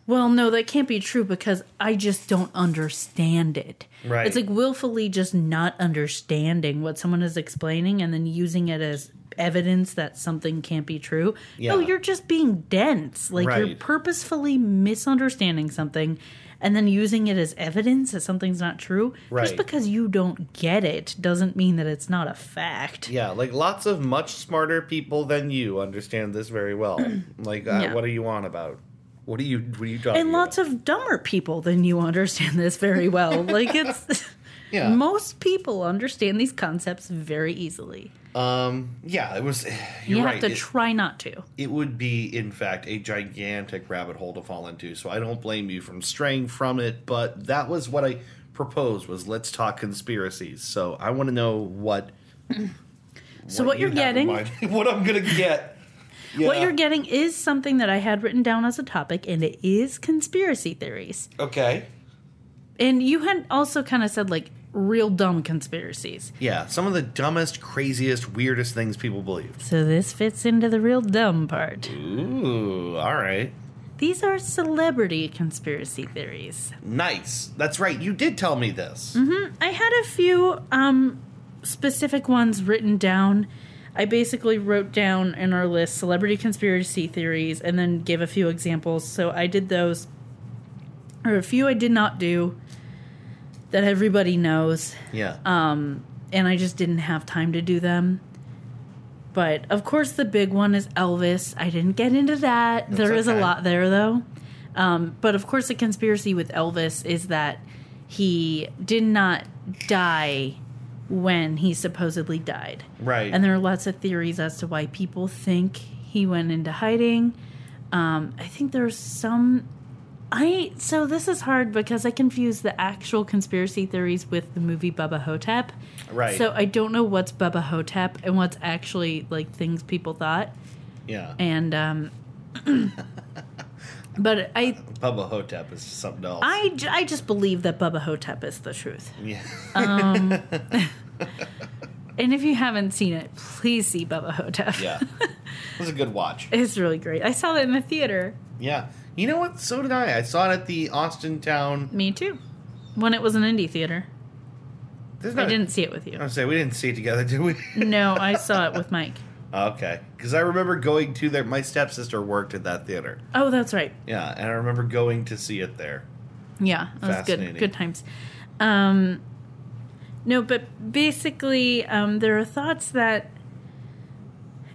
"Well, no, that can't be true because I just don't understand it." Right. It's like willfully just not understanding what someone is explaining and then using it as evidence that something can't be true. No, Yeah. you're just being dense. Like you're Right. purposefully misunderstanding something and then using it as evidence that something's not true. Just Right. because you don't get it doesn't mean that it's not a fact. Yeah, like lots of much smarter people than you understand this very well. like, uh, Yeah. what are you on about? What are you? What are you talking? And lots of dumber people than you understand this very well. like it's Yeah. most people understand these concepts very easily. um. Yeah, it was. You're You right. have to it, try not to. it would be, in fact, a gigantic rabbit hole to fall into. So I don't blame you from straying from it. But that was what I proposed. Was let's talk conspiracies. So I want to know what. So what you you're have in getting- mind- what I'm gonna get. What Yeah. you're getting is something that I had written down as a topic, and it is conspiracy theories. Okay. And you had also kind of said, like, real dumb conspiracies. Yeah, some of the dumbest, craziest, weirdest things people believe. So this fits into the real dumb part. Ooh, all right. These are celebrity conspiracy theories. Nice. That's right. You did tell me this. I had a few um, specific ones written down. I basically wrote down in our list celebrity conspiracy theories and then gave a few examples. So I did those, or a few I did not do that everybody knows, Yeah. Um, and I just didn't have time to do them. But of course, the big one is Elvis. I didn't get into that. There is okay. a lot there, though. Um, but of course, the conspiracy with Elvis is that he did not die when he supposedly died. right. And there are lots of theories as to why people think he went into hiding. Um, I think there's some. I so this is hard because I confuse the actual conspiracy theories with the movie Bubba Hotep. Right. So I don't know what's Bubba Hotep and what's actually like things people thought. yeah. And um, but I Bubba Hotep is something else. I j- I just believe that Bubba Hotep is the truth. yeah. um, And if you haven't seen it, please see Bubba Hotep. yeah. It was a good watch. It's really great. I saw that in the theater. Yeah. You know what? So did I. I saw it at the Austin Town. Me too. When it was an indie theater. There's I not a- didn't see it I with you. was gonna say we didn't see it together, did we? No, I saw it with Mike. okay. Because I remember going to there. My stepsister worked at that theater. Oh, that's right. Yeah, and I remember going to see it there. Yeah, that was good. Fascinating. Good times. Um, no, but basically, um, there are thoughts that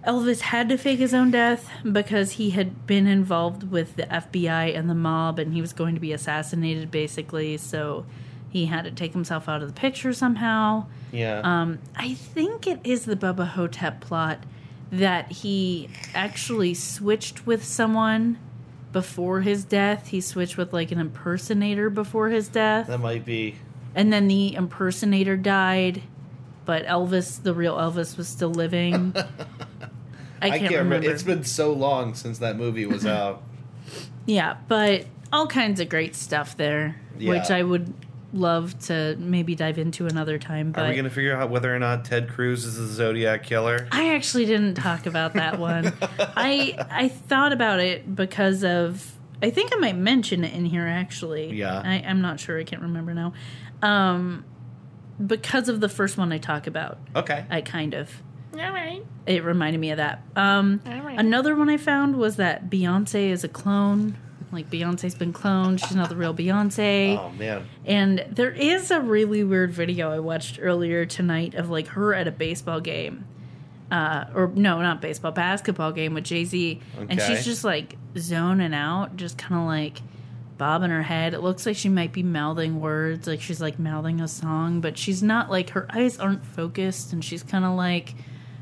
Elvis had to fake his own death because he had been involved with the FBI and the mob, and he was going to be assassinated, basically. So he had to take himself out of the picture somehow. Yeah. Um, I think it is the Bubba Hotep plot that he actually switched with someone before his death. He switched with like an impersonator before his death, that might be. and then the impersonator died, but Elvis, the real Elvis, was still living. I can't, remember. It's been so long since that movie was out. yeah, but all kinds of great stuff there, which Yeah. I would love to maybe dive into another time. But Are we going to figure out whether or not Ted Cruz is the Zodiac killer? I actually didn't talk about that one. I I thought about it because of I think I might mention it in here actually. Yeah. I, I'm not sure. I can't remember now. Um, because of the first one I talk about, Okay. I kind of. It reminded me of that. Um, Another one I found was that Beyonce is a clone. Like Beyonce's been cloned. She's not the real Beyonce. Oh man. And there is a really weird video I watched earlier tonight of like her at a baseball game. Uh, or no, not baseball, basketball game with Jay Z, and Okay. she's just like zoning out, just kind of like bobbing her head. It looks like she might be mouthing words, like she's like mouthing a song, but she's not like her eyes aren't focused, and she's kind of like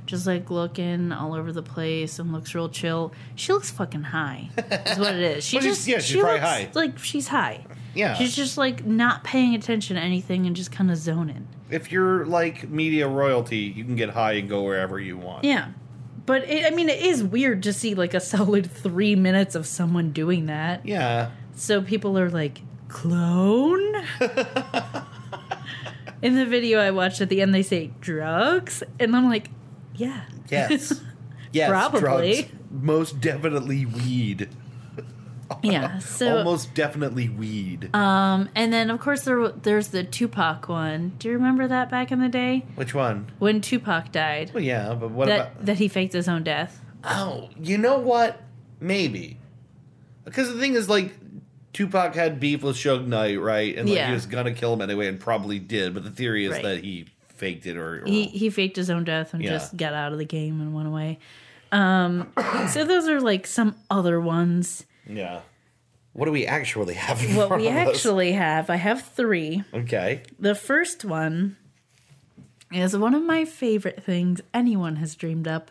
just like looking all over the place and looks real chill. She looks fucking high, is what it is. She Well, she's- just yeah, she's she probably looks high. like she's high. Yeah. She's just like not paying attention to anything and just kind of zoning. if you're like media royalty, you can get high and go wherever you want. Yeah. But it, I mean, it is weird to see like a solid three minutes of someone doing that. Yeah. So people are like, clone? In the video I watched at the end, they say drugs. And I'm like, yeah. Yes. yes. Probably. drugs. Most definitely weed. Yeah. Uh, So Almost definitely weed. um and then of course there there's the Tupac one. Do you remember that back in the day Which one? when Tupac died? Well, yeah, but what That about? that he faked his own death. Oh, you know what? Maybe. Because the thing is, like, Tupac had beef with Suge Knight, right? And like, Yeah. he was gonna kill him anyway, and probably did. But the theory is Right. that he faked it, or, or He he faked his own death and Oh. Yeah. just got out of the game and went away. Um so those are like some other ones. yeah. What do we actually have? in What front we of us? actually have, I have 3. okay. The first one is one of my favorite things anyone has dreamed up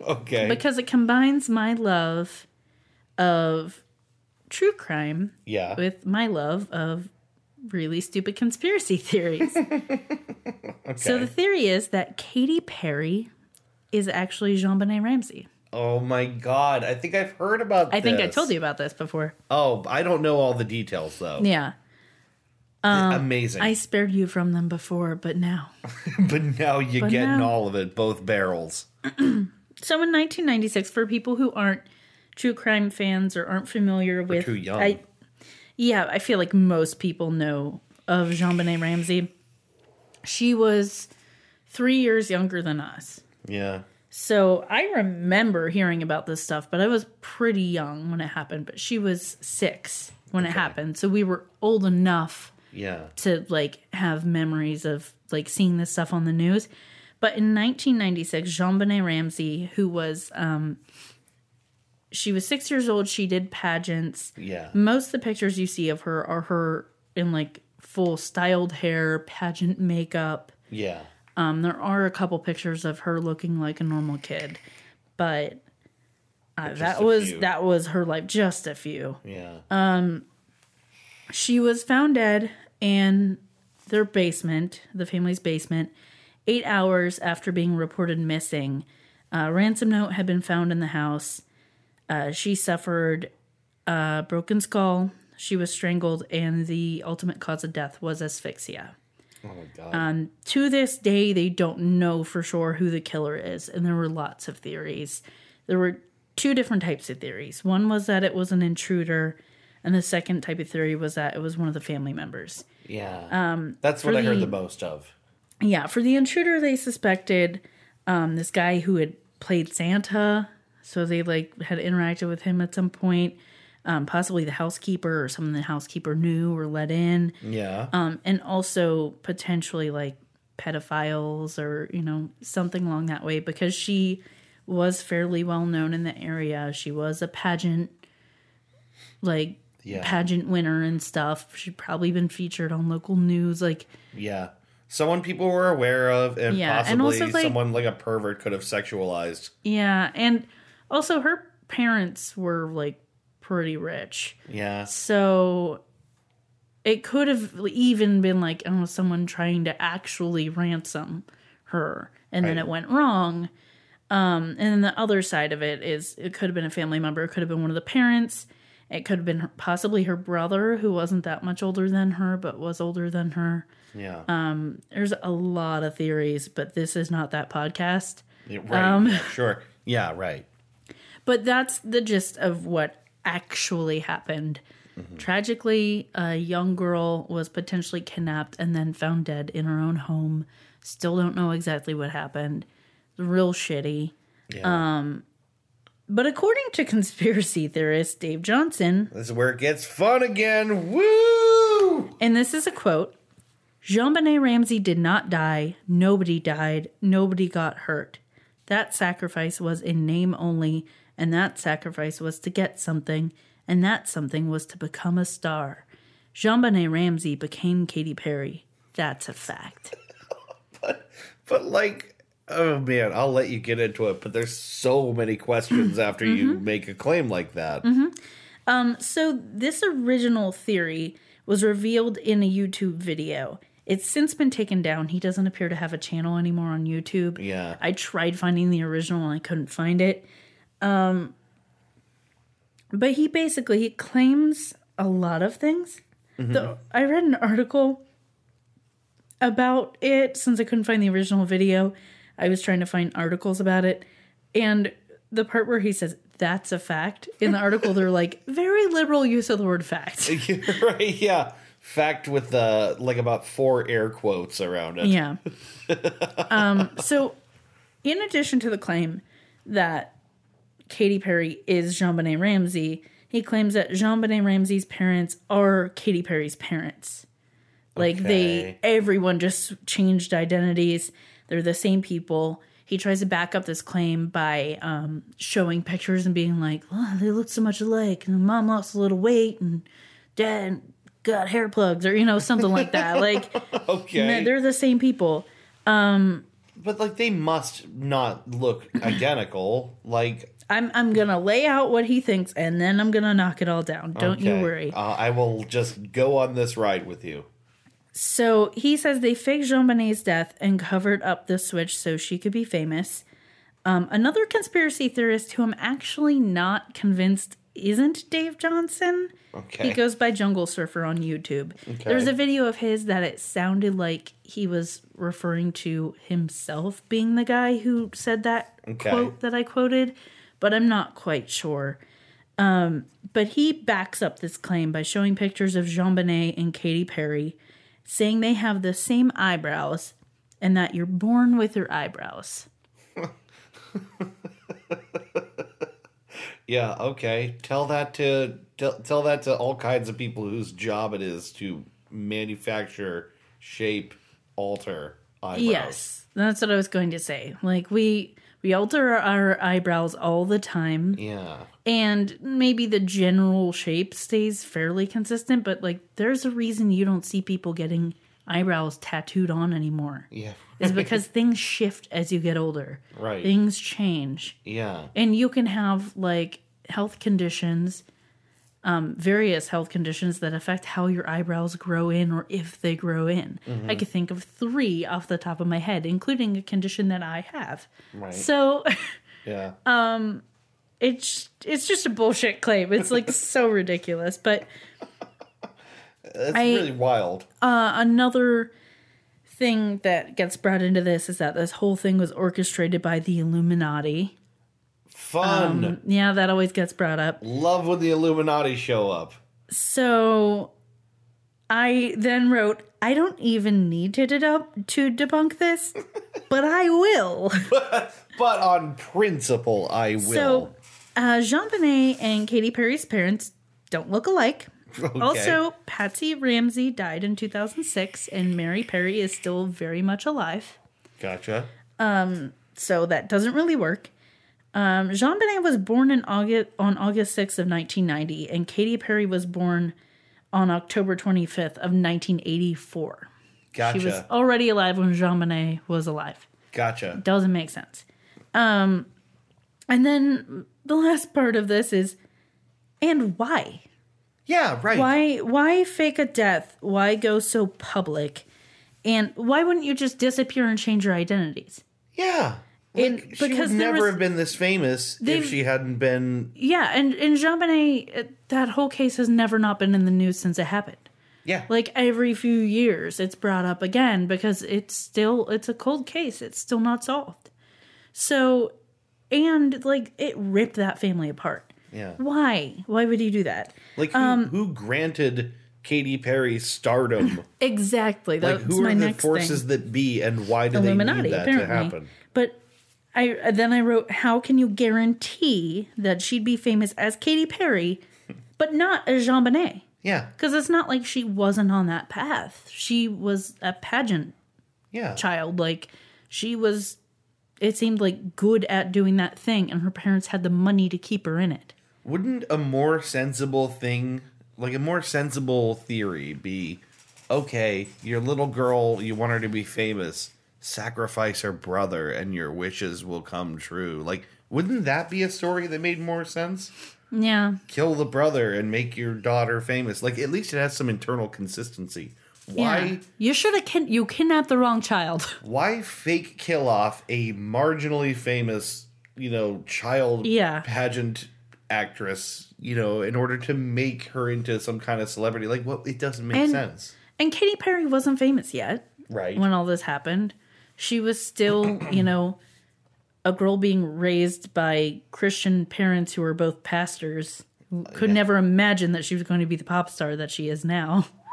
Okay. because it combines my love of true crime yeah. with my love of really stupid conspiracy theories. So the theory is that Katy Perry is actually Jean Bonnet Ramsey. oh my god! I think I've heard about. I think I this. told you about this before. Oh, I don't know all the details though. Yeah. Um, Amazing. I spared you from them before, but now. but now you're getting now- all of it, both barrels. So in 1996, for people who aren't true crime fans or aren't familiar with, too young. I, yeah, I feel like most people know of Jean Bonnet Ramsey. She was three years younger than us, Yeah. so I remember hearing about this stuff, but I was pretty young when it happened. But she was six when it happened, so we were old enough Yeah. to like have memories of like seeing this stuff on the news. But in 1996, Jean Bonnet Ramsey, who was um, she was six years old, she did pageants. Yeah. Most of the pictures you see of her are her in like full styled hair, pageant makeup. Yeah. Um, there are a couple pictures of her looking like a normal kid, but uh, that a was few. that was her life. Just a few Yeah. Uh, she was found dead in their basement, the family's basement, eight hours after being reported missing. A ransom note had been found in the house. Uh, she suffered a broken skull. She was strangled, and the ultimate cause of death was asphyxia. Um, oh my god. To this day, they don't know for sure who the killer is, and there were lots of theories. There were two different types of theories. One was that it was an intruder, and the second type of theory was that it was one of the family members. yeah. Um, That's what I for heard the the- most of. Yeah, for the intruder, they suspected um, this guy who had played Santa. So they like had interacted with him at some point, um, possibly the housekeeper or someone the housekeeper knew or let in, Yeah. um, and also potentially like pedophiles or you know something along that way because she was fairly well known in the area. She was a pageant, like Yeah. pageant winner and stuff. She'd probably been featured on local news, like. yeah. Someone people were aware of, and Yeah, and possibly also, like- someone like a pervert could have sexualized. Yeah, and also her parents were like pretty rich. Yeah. So it could have even been like, I don't know, someone trying to actually ransom her and then Right. it went wrong. Um, and then the other side of it is it could have been a family member, it could have been one of the parents. It could have been her- possibly her brother, who wasn't that much older than her, but was older than her. Yeah. Uh, There's a lot of theories, but this is not that podcast. Yeah, right. um, yeah, sure. Yeah. Right. But that's the gist of what actually happened. Tragically, a young girl was potentially kidnapped and then found dead in her own home. Still don't know exactly what happened. Real shitty. Yeah. Um, But according to conspiracy theorist Dave Johnson, this is where it gets fun again. Woo! and this is a quote Jean Bonnet Ramsey did not die. Nobody died. Nobody got hurt. That sacrifice was in name only, and that sacrifice was to get something, and that something was to become a star. Jean Bonnet Ramsey became Katy Perry. That's a fact. But like, oh man, I'll let you get into it. But there's so many questions after Mm-hmm. you make a claim like that. So, this original theory was revealed in a YouTube video. It's since been taken down. He doesn't appear to have a channel anymore on YouTube. Yeah. I tried finding the original and I couldn't find it. Um, but he basically he claims a lot of things. The, I read an article about it since I couldn't find the original video. I was trying to find articles about it, and the part where he says that's a fact. In the article, they're like, very liberal use of the word fact. right? Yeah. Fact with uh, like about four air quotes around it. Yeah. um, so, in addition to the claim that Katy Perry is Jean Bonnet Ramsey, he claims that Jean Bonnet Ramsey's parents are Katy Perry's parents. Like, Okay. they, everyone just changed identities. They're the same people. He tries to back up this claim by um, showing pictures and being like, oh, they look so much alike. And mom lost a little weight, and dad got hair plugs, or, you know, something like that. Like, Okay. no, they're the same people. but like they must not look identical. Like I'm I'm gonna lay out what he thinks, and then I'm gonna knock it all down. Don't okay, you worry. Uh, I will just go on this ride with you. So he says they faked Jean Bonnet's death and covered up the switch so she could be famous. Um, another conspiracy theorist who I'm actually not convinced isn't Dave Johnson. Okay. He goes by Jungle Surfer on YouTube. There's a video of his that it sounded like he was referring to himself being the guy who said that Okay. quote that I quoted, but I'm not quite sure. Um, but he backs up this claim by showing pictures of Jean Bonnet and Katy Perry, saying they have the same eyebrows and that you're born with your eyebrows. Yeah, okay. Tell that to tell, tell that to all kinds of people whose job it is to manufacture, shape, alter eyebrows. Yes, that's what I was going to say. Like we we alter our eyebrows all the time. Yeah. and maybe the general shape stays fairly consistent but like there's a reason you don't see people getting eyebrows tattooed on anymore Yeah. is because things shift as you get older Right. things change Yeah. and you can have like health conditions um, various health conditions that affect how your eyebrows grow in or if they grow in Mm-hmm. i could think of three off the top of my head including a condition that i have Right. so um, yeah. it's it's just a bullshit claim. It's like so ridiculous. But That's I- really wild. uh, another thing that gets brought into this is that this whole thing was orchestrated by the Illuminati. Fun. Yeah, that always gets brought up. Love when the Illuminati show up. So I then wrote, I don't even need to debunk to debunk this, but I will. But on principle, I will. So uh, Jean Bonnet and Katy Perry's parents don't look alike. Okay. Also, Patsy Ramsey died in 2006, and Mary Perry is still very much alive. gotcha. So that doesn't really work. Um, Jean Bonnet was born in August on August 6th of 1990, and Katy Perry was born on October 25th of 1984. Gotcha. She was already alive when Jean Bonnet was alive. gotcha. Doesn't make sense. Um, and then the last part of this is, and why? Yeah, right. why why fake a death why go so public and why wouldn't you just disappear and change your identities Yeah. And Like, she would because there never was- have been this famous if They've- she hadn't been. yeah and and jean bonnet uh, that whole case has never not been in the news since it happened Yeah. like every few years it's brought up again because it's still it's a cold case it's still not solved so and like it ripped that family apart yeah. why why would you do that Like who, Um, who granted Katy Perry stardom? exactly like that's who my are the next thing. forces that be, and why do they Illuminati, need that apparently. to happen? But I uh, then I wrote, how can you guarantee that she'd be famous as Katy Perry, but not as Jean Bonnet? Yeah, Because it's not like she wasn't on that path. She was a pageant yeah, child. Like she was, it seemed like good at doing that thing, and her parents had the money to keep her in it. wouldn't a more sensible thing like a more sensible theory be okay your little girl you want her to be famous sacrifice her brother and your wishes will come true like wouldn't that be a story that made more sense Yeah, kill the brother and make your daughter famous like at least it has some internal consistency why Yeah. You should have kin- you kidnapped the wrong child. why fake kill off a marginally famous, you know, child Yeah. pageant actress, you know, in order to make her into some kind of celebrity? Like, what? It doesn't make And- sense, and Katy Perry wasn't famous yet. right? when all this happened. She was still, you know, a girl being raised by Christian parents who were both pastors who could never imagine that she was going to be the pop star that she is now.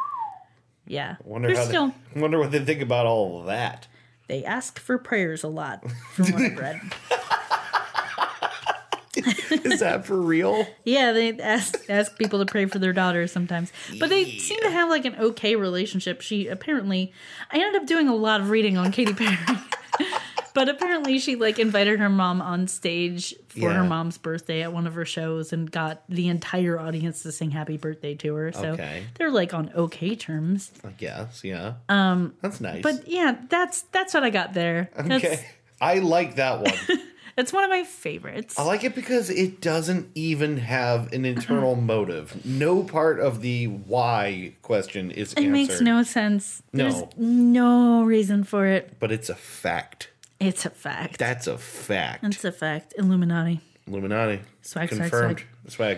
yeah. Wonder They're how still- they, wonder what they think about all of that. they ask for prayers a lot from what I've read. Is that for real? Yeah, they ask ask people to pray for their daughters sometimes. But they seem to have like an okay relationship. She apparently I ended up doing a lot of reading on Katy Perry. but apparently she like invited her mom on stage for her Yeah. mom's birthday at one of her shows and got the entire audience to sing happy birthday to her. So Okay. they're like on okay terms. I guess, yeah. Um That's nice. But yeah, that's that's what I got there. That's okay. I like that one. that's one of my favorites. I like it because it doesn't even have an Uh-huh. internal motive. No part of the why question is it answered, makes no sense. There's No. no reason for it. but it's a fact. It's a fact. That's a fact. It's a fact. Illuminati. Illuminati. Swag, swag, Confirmed. Swag.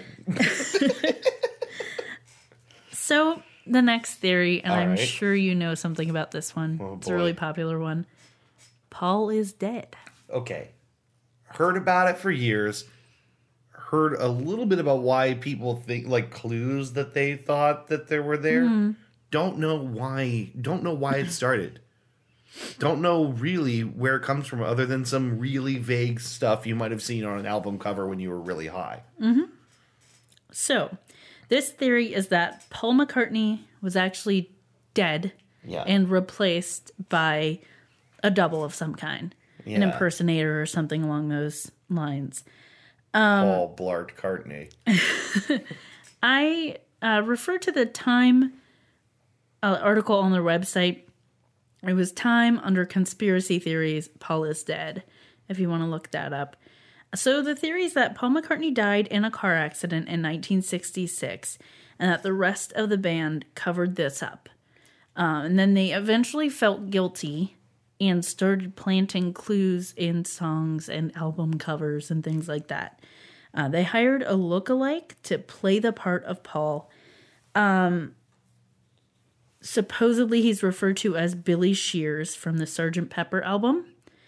So the next theory, and I'm right. sure you know something about this one. Oh, it's a really boy. popular one. Paul is dead. Okay. Heard about it for years. Heard a little bit about why people think like clues that they thought that they were there. Mm-hmm. Don't know why. Don't know why it started. Don't know really where it comes from, other than some really vague stuff you might have seen on an album cover when you were really high. So this theory is that Paul McCartney was actually dead Yeah. and replaced by a double of some kind, an Yeah. impersonator or something along those lines. um, Paul Blart Cartney. I uh, referred to the Time uh, article on their website. It was Time under conspiracy theories. Paul is dead. If you want to look that up. So the theory is that Paul McCartney died in a car accident in 1966, and that the rest of the band covered this up. Um, and then they eventually felt guilty and started planting clues in songs and album covers and things like that. Uh, they hired a lookalike to play the part of Paul. Um, supposedly, he's referred to as Billy Shears from the Sgt. Pepper album.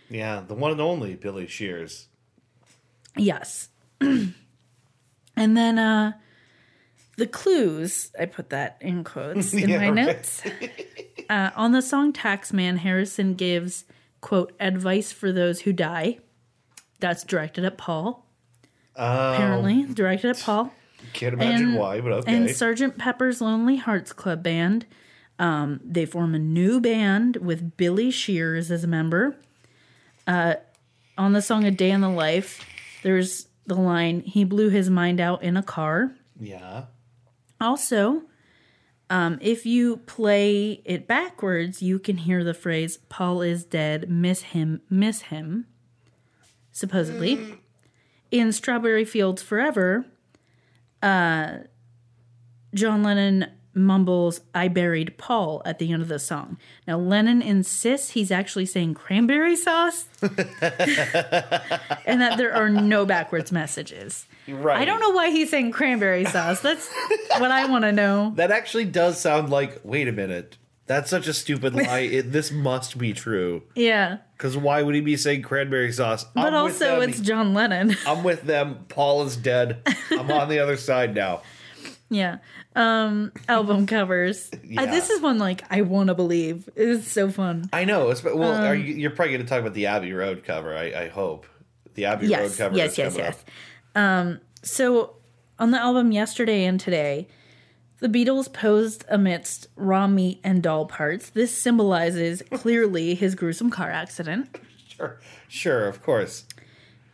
Yeah, the one and only Billy Shears. Yes. and then uh the clues, I put that in quotes in Yeah, my right. notes. uh, on the song Taxman, Harrison gives, quote, advice for those who die. That's directed at Paul. Oh. apparently, directed at Paul. Can't imagine And- why, but okay. And Sergeant Pepper's Lonely Hearts Club Band. Um, they form a new band with Billy Shears as a member. Uh, on the song "A Day in the Life," there's the line "He blew his mind out in a car." yeah. Also, um, if you play it backwards, you can hear the phrase "Paul is dead, miss him, miss him." Supposedly, in "Strawberry Fields Forever," uh, John Lennon mumbles, "I buried Paul" at the end of the song. Now, Lennon insists he's actually saying cranberry sauce, and that there are no backwards messages. Right. I don't know why he's saying cranberry sauce. That's what I want to know. That actually does sound like, wait a minute. That's such a stupid lie. It, this must be true. Yeah. Because why would he be saying cranberry sauce? But I'm with also, them. it's John Lennon. I'm with them. Paul is dead. I'm on the other side now. yeah. Um, album covers. I- this Yeah. is one like I want to believe. It is so fun. I know. It's, well, are Um, you, you're probably going to talk about the Abbey Road cover. I, I hope the Abbey Road Yes. cover. Yes. is Yes. coming Yes. Up. Um, so on the album yesterday and today, the Beatles posed amidst raw meat and doll parts. This symbolizes clearly his gruesome car accident. Sure, sure, of course.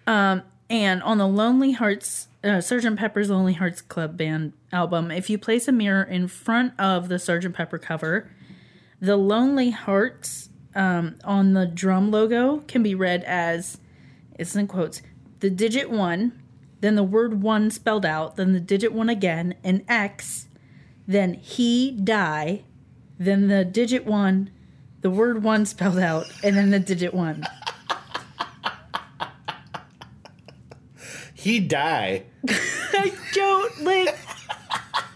And on the Lonely Hearts, uh, Sgt. Pepper's Lonely Hearts Club Band album, if you place a mirror in front of the Sgt. Pepper cover, the Lonely Hearts um, on the drum logo can be read as, it's in quotes, the digit one, then the word one spelled out, then the digit one again, an X, then he die, then the digit one, the word one spelled out, and then the digit one. He die. I don't like.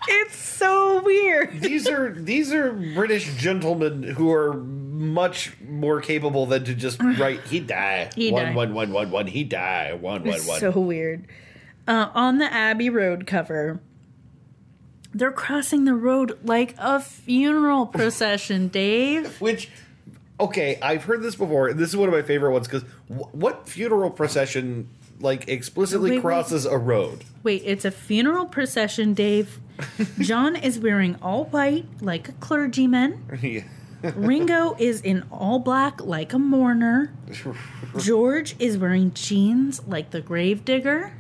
It's so weird. These are these are British gentlemen who are much more capable than to just write he die He one die. one one one one he die one one one. So weird. Uh, on the Abbey Road cover, they're crossing the road like a funeral procession, Dave. Which, okay, I've heard this before. and This is one of my favorite ones because what funeral procession like explicitly Wait, wait. crosses a road? Wait, it's a funeral procession, Dave. John is wearing all white like a clergyman. Yeah. Ringo is in all black like a mourner. George is wearing jeans like the gravedigger.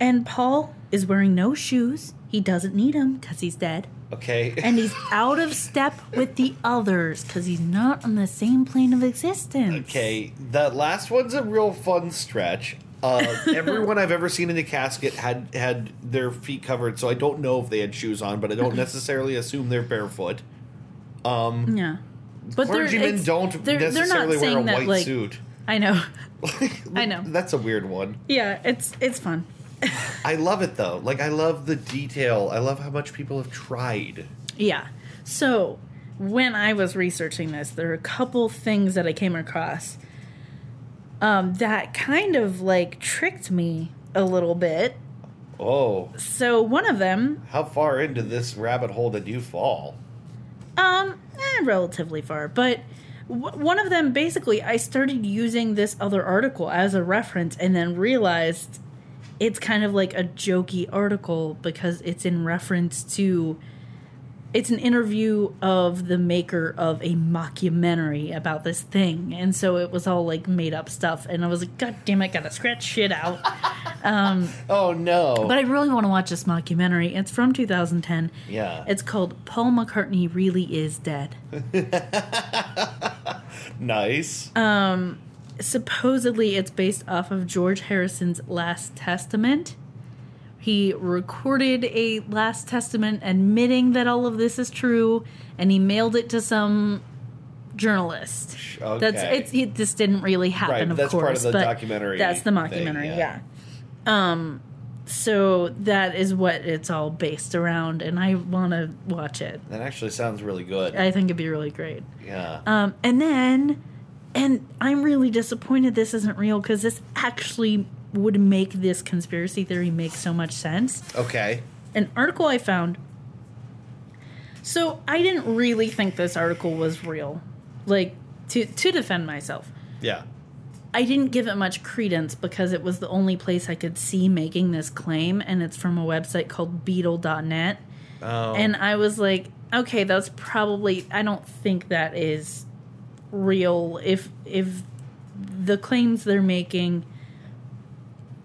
And Paul is wearing no shoes. He doesn't need them because he's dead. okay. and he's out of step with the others because he's not on the same plane of existence. Okay, that last one's a real fun stretch. Uh, everyone I've ever seen in a casket had had their feet covered, so I don't know if they had shoes on, but I don't necessarily assume they're barefoot. Um, Yeah. But they're- Clergymen it's- don't they're- they're not necessarily wear a saying that, white like- suit. I know. I know. That's a weird one. Yeah, it's it's fun. I love it though. Like I love the detail. I love how much people have tried. Yeah. So when I was researching this, there are a couple things that I came across um, that kind of like tricked me a little bit. Oh, So one of them how far into this rabbit hole did you fall? Um, eh, relatively far, but w- one of them basically, I started using this other article as a reference, and then realized it's kind of like a jokey article because it's in reference to. It's an interview of the maker of a mockumentary about this thing, and so it was all like made up stuff, and I was like, "God damn it, gotta scratch shit out." Oh no. But I really want to watch this mockumentary. It's from 2010. Yeah. It's called Paul McCartney Really Is Dead. nice. uh, supposedly it's based off of George Harrison's Last Testament. He recorded a Last Testament admitting that all of this is true, and he mailed it to some journalist. okay. That's it's it, this didn't really happen, Right, of that's course. part of the but documentary That's the thing, mockumentary, yeah. yeah. Um, so that is what it's all based around, and I want to watch it. that actually sounds really good. I think it'd be really great. yeah. Um, and then, and I'm really disappointed this isn't real because this actually would make this conspiracy theory make so much sense. okay. An article I found. So I didn't really think this article was real. Like, to, to defend myself, Yeah. I didn't give it much credence because it was the only place I could see making this claim, and it's from a website called beetle.net. Oh. And I was like, okay, that's probably I don't think that is real if if the claims they're making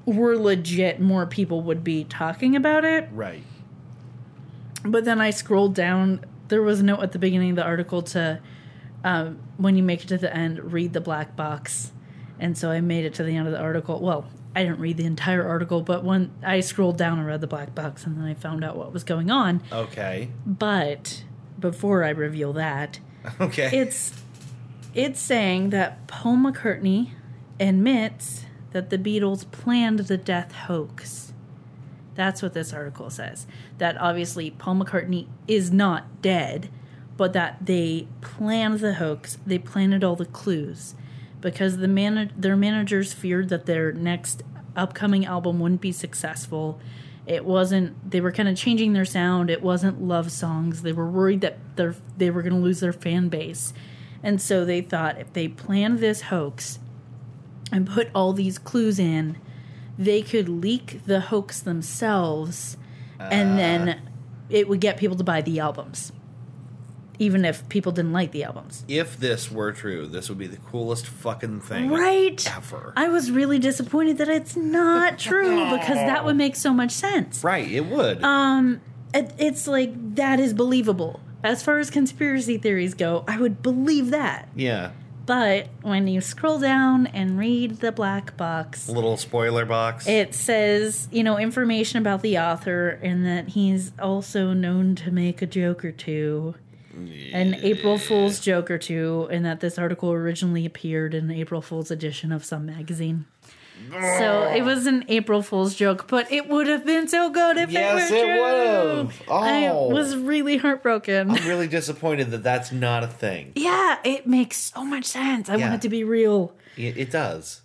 were legit, more people would be talking about it. right. But then I scrolled down. There was a note at the beginning of the article to, um, when you make it to the end, read the black box. And so I made it to the end of the article. Well, I didn't read the entire article, but when I scrolled down and read the black box, and then I found out what was going on. Okay. But before I reveal that, Okay. it's it's saying that Paul McCartney admits that the Beatles planned the death hoax. That's what this article says. That obviously Paul McCartney is not dead, but that they planned the hoax. They planted all the clues because the man- their managers feared that their next upcoming album wouldn't be successful. It wasn't. They were kind of changing their sound. It wasn't love songs. They were worried that their they were going to lose their fan base, and so they thought if they planned this hoax and put all these clues in, they could leak the hoax themselves, and then it would get people to buy the albums, even if people didn't like the albums. if this were true, this would be the coolest fucking thing Right. ever. I was really disappointed that it's not true because that would make so much sense. right. It would. Um, It, it's like that is believable. As far as conspiracy theories go, I would believe that. yeah. But when you scroll down and read the black box, Little spoiler box. it says, you know, information about the author and that he's also known to make a joke or two, an April Fool's joke or two, and that this article originally appeared in the April Fool's edition of some magazine. So it was an April Fool's joke, but it would have been so good if Yes, it were it true. would've. Oh. I was really heartbroken. I'm really disappointed that that's not a thing. Yeah, it makes so much sense. I Yeah. want it to be real. It, it does.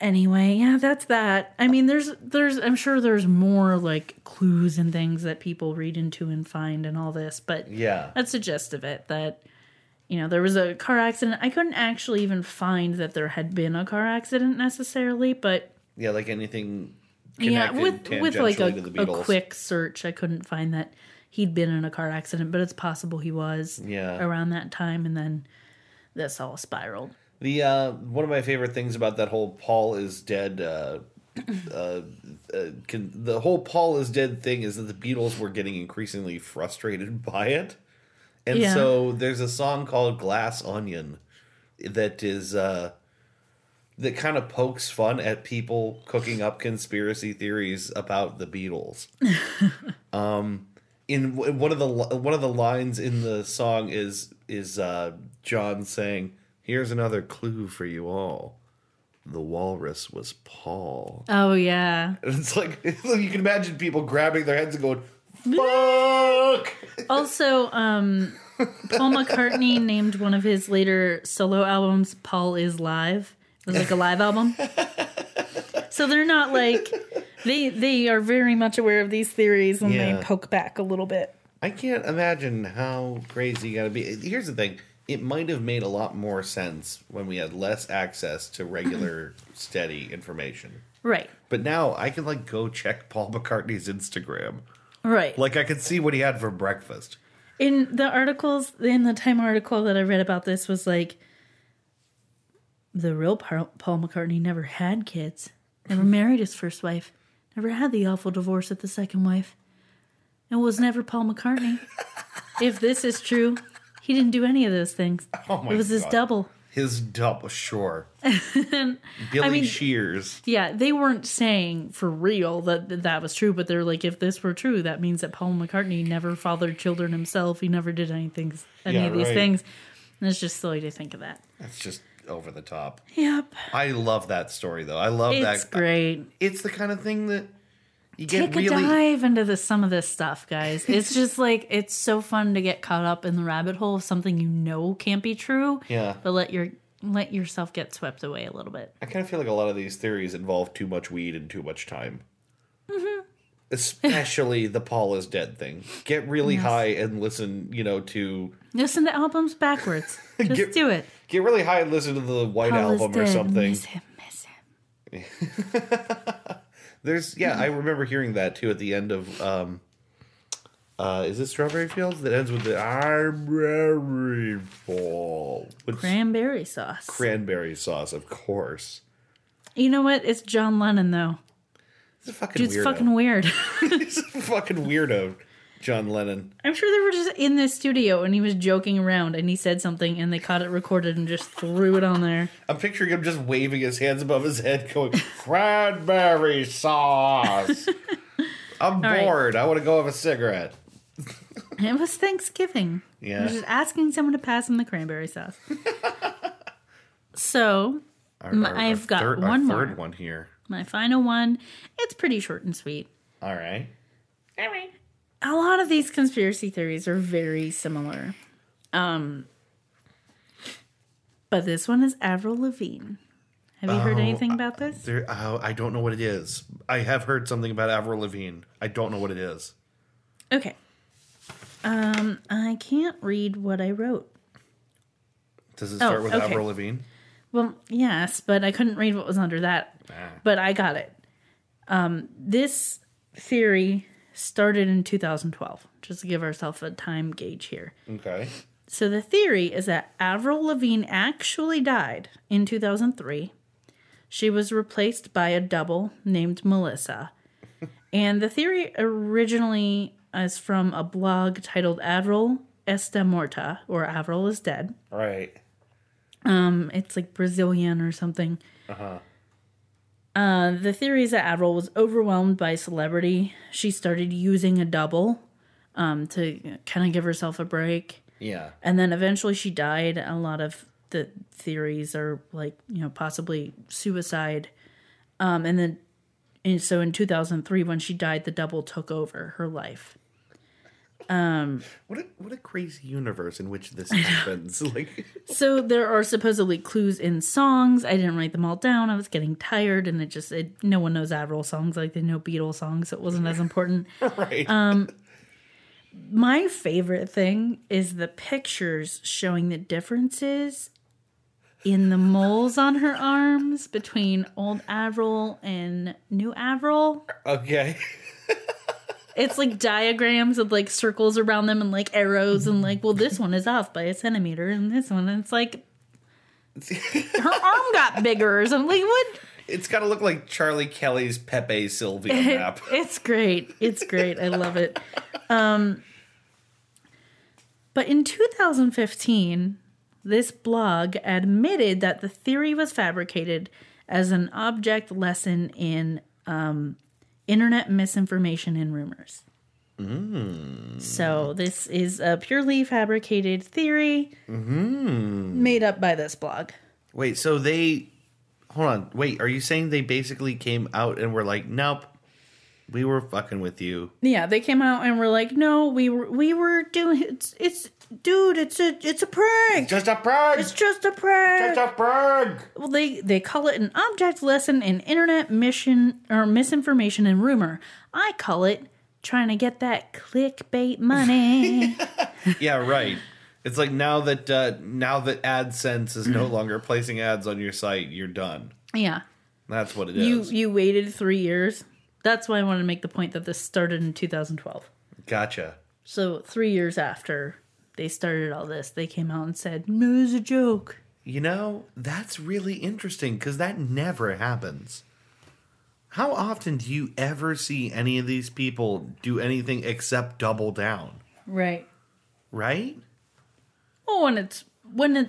Anyway, yeah, that's that. I mean, there's there's I'm sure there's more like clues and things that people read into and find and all this, but Yeah. that's the gist of it that you know there was a car accident i couldn't actually even find that there had been a car accident necessarily but Yeah, like anything yeah connected with with like tangentially a, to the a Beatles. quick search i couldn't find that he'd been in a car accident but it's possible he was Yeah. around that time and then this all spiraled The uh, one of my favorite things about that whole Paul is dead. Uh, uh, uh, can, the whole Paul is dead thing is that the Beatles were getting increasingly frustrated by it, and Yeah. so there's a song called "Glass Onion" that is uh, that kind of pokes fun at people cooking up conspiracy theories about the Beatles. um, in w- one of the li- one of the lines in the song is is uh, John saying, "Here's another clue for you all: the walrus was Paul." oh yeah And it's like it's like you can imagine people grabbing their heads and going, "Fuck!" also um paul mccartney named one of his later solo albums paul is live it was like a live album so they're not like they they are very much aware of these theories and Yeah. they poke back a little bit I can't imagine how crazy you gotta be. Here's the thing: it might have made a lot more sense when we had less access to regular, steady information. right But now I can like go check Paul McCartney's Instagram. right Like I can see what he had for breakfast. in the articles in the time article that i read about this was like the real Pa- paul mccartney never had kids never married his first wife never had the awful divorce at the second wife and was never paul mccartney if this is true he didn't do any of those things Oh my it was his God. double His double, sure. Billy mean- Shears. yeah they weren't saying for real that that that was true but they're like if this were true that means that paul mccartney never fathered children himself he never did anything any Yeah, of these right. things and it's just silly to think of that That's just over the top. Yep. I love that story though. I love It's that. great. It's the kind of thing that you Take get a really. dive into this, some of this stuff, guys. It's just like it's so fun to get caught up in the rabbit hole of something you know can't be true. Yeah. But let your let yourself get swept away a little bit. I kind of feel like a lot of these theories involve too much weed and too much time. Mm-hmm. Especially the Paul is dead thing. Get really high and listen, you know, to Listen to albums backwards. Just Get- do it. get really high and listen to the White Paul is Album or dead. something. Miss him, miss him. There's yeah, Hmm. I remember hearing that too at the end of um uh is it Strawberry Fields that ends with the Strawberry Fall with Cranberry sauce. cranberry sauce, of course. you know what? It's John Lennon though. It's a fucking Dude's weirdo. fucking weird. He's a fucking weirdo, John Lennon. I'm sure they were just in this studio and he was joking around and he said something and they caught it recorded and just threw it on there. I'm picturing him just waving his hands above his head, going cranberry sauce. I'm right. bored. I want to go have a cigarette. It was Thanksgiving. Yeah. I was just asking someone to pass him the cranberry sauce. so, Our, Mm, I've got third, one our more. third one here. my final one, it's pretty short and sweet. All right. A lot of these conspiracy theories are very similar. Um, but this one is Avril Lavigne. Have you heard Oh, anything about this? There, oh, I don't know what it is. I have heard something about Avril Lavigne. I don't know what it is. Okay. Um, I can't read what I wrote. Does it start with Oh, okay. Avril Lavigne? Well, yes, but I couldn't read what was under that. Ah, But I got it. Um, this theory started in 2012, just to give ourselves a time gauge here. Okay. So the theory is that Avril Lavigne actually died in 2003. She was replaced by a double named Melissa. and the theory originally is from a blog titled Avril Esta Morta, or Avril is Dead. All right. Um, it's like Brazilian or something. Uh, the theory is that Avril was overwhelmed by celebrity. She started using a double um, to kind of give herself a break. Yeah. And then eventually she died. A lot of the theories are like, you know, possibly suicide. Um, and then, and so in 2003, when she died, the double took over her life. What a what a crazy universe in which this happens. like So there are supposedly clues in songs. I didn't write them all down. I was getting tired, and it just it, no one knows Avril songs like they know Beatles songs. So it wasn't as important. right. Um, My favorite thing is the pictures showing the differences in the moles on her arms between old Avril and new Avril. okay. It's like diagrams with like circles around them and like arrows and like, well, this one is off by a centimeter and this one. And it's like her arm got bigger or something. Like, what? It's gotta look like Charlie Kelly's Pepe Sylvia map. It's great. It's great. I love it. Um, but in 2015, this blog admitted that the theory was fabricated as an object lesson in um, internet misinformation and rumors. So this is a purely fabricated theory made up by this blog. Wait, so they hold on, wait, are you saying they basically came out and were like, Nope, we were fucking with you. Yeah, they came out and were like, "No, we were we were doing it's it's dude, it's a it's a prank. Just a prank! It's just a prank. a prank! well, they they call it an object lesson in internet mission or misinformation and rumor. I call it trying to get that clickbait money. Yeah, right. It's like now that uh, now that AdSense is Mm. no longer placing ads on your site, you're done. yeah, That's what it you is. you waited three years. That's why I want to make the point that this started in 2012. gotcha. So three years after they started all this, they came out and said, "No, it was a joke." You know, that's really interesting because that never happens. How often do you ever see any of these people do anything except double down? Right. Right? Well, when it's when it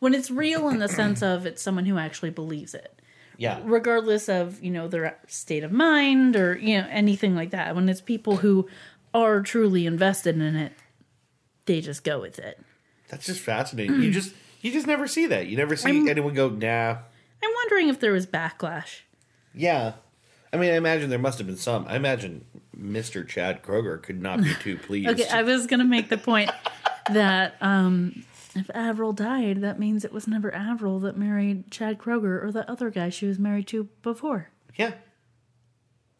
when it's real in the sense of it's someone who actually believes it, Yeah. regardless of you know their state of mind or you know anything like that. When it's people who are truly invested in it, they just go with it. That's just fascinating. You just you just never see that. You never see anyone go, nah. I'm wondering if there was backlash. Yeah. I mean, I imagine there must have been some. I imagine Mr. Chad Kroger could not be too pleased. Okay, I was gonna make the point that um, if Avril died, that means it was never Avril that married Chad Kroger or the other guy she was married to before. yeah.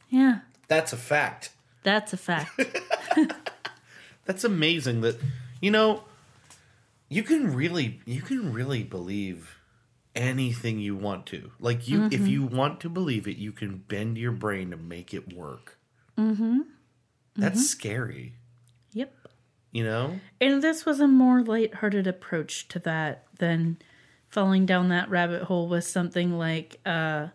Yeah, That's a fact. that's a fact. That's amazing that you know you can really you can really believe anything you want to. Like you if you want to believe it, you can bend your brain to make it work. Mhm. That's scary, yep. you know? And this was a more lighthearted approach to that than falling down that rabbit hole with something like uh,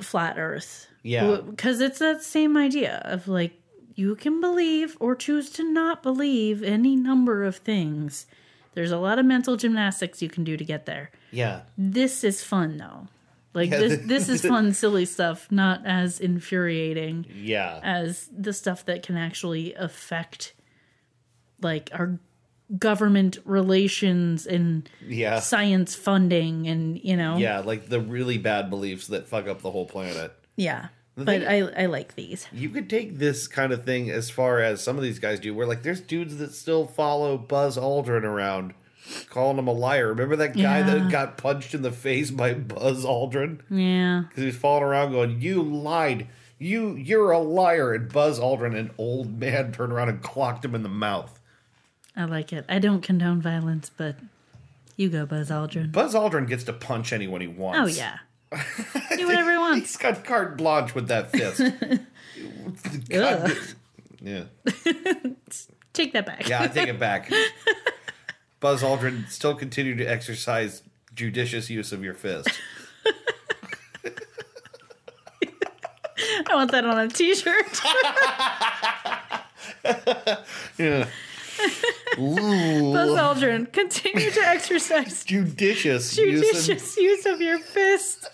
Flat Earth. Yeah. Because it's that same idea of like, you can believe or choose to not believe any number of things. There's a lot of mental gymnastics you can do to get there. Yeah. This is fun though. Like Yeah, this this is fun silly stuff, not as infuriating Yeah. as the stuff that can actually affect like our government relations and Yeah. science funding and you know Yeah, like the really bad beliefs that fuck up the whole planet. Yeah. but I, I like these You could take this kind of thing as far as some of these guys do, where like there's dudes that still follow Buzz Aldrin around, calling him a liar. Remember that guy Yeah. that got punched in the face by Buzz Aldrin yeah because he was falling around going, "You lied, you you're a liar." And Buzz Aldrin, an old man, turned around and clocked him in the mouth. i like it i don't condone violence but you go buzz aldrin Buzz Aldrin gets to punch anyone he wants. oh yeah do whatever he he's wants got carte blanche with that fist. God- yeah. take that back Yeah, I take it back. Buzz Aldrin still continue to exercise judicious use of your fist. i want that on a t-shirt Yeah. buzz aldrin continue to exercise Judicious, use of, judicious use of your fist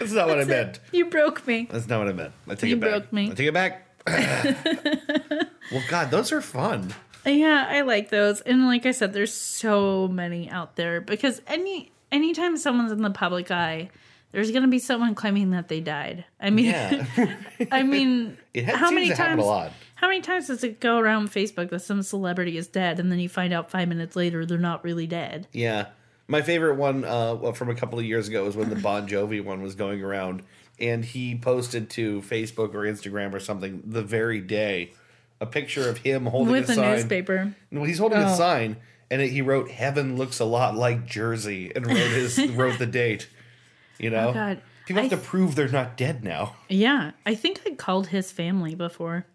That's not what I meant. you broke me That's not what I meant. I take You it back. broke me. I take it back. well, God, those are fun. Yeah, I like those. And like I said, there's so many out there because any anytime someone's in the public eye, there's going to be someone claiming that they died. I mean, Yeah. I mean, It ha- how seems many to happen times? a lot. How many times does it go around Facebook that some celebrity is dead, and then you find out five minutes later they're not really dead? Yeah. My favorite one uh, from a couple of years ago was when the Bon Jovi one was going around, and he posted to Facebook or Instagram or something the very day a picture of him holding With a, a sign. newspaper, Well, he's holding a Oh. sign, and it, he wrote "Heaven looks a lot like Jersey," and wrote his wrote the date. You know, God. people have I to prove they're not dead now. yeah, I think I called his family before.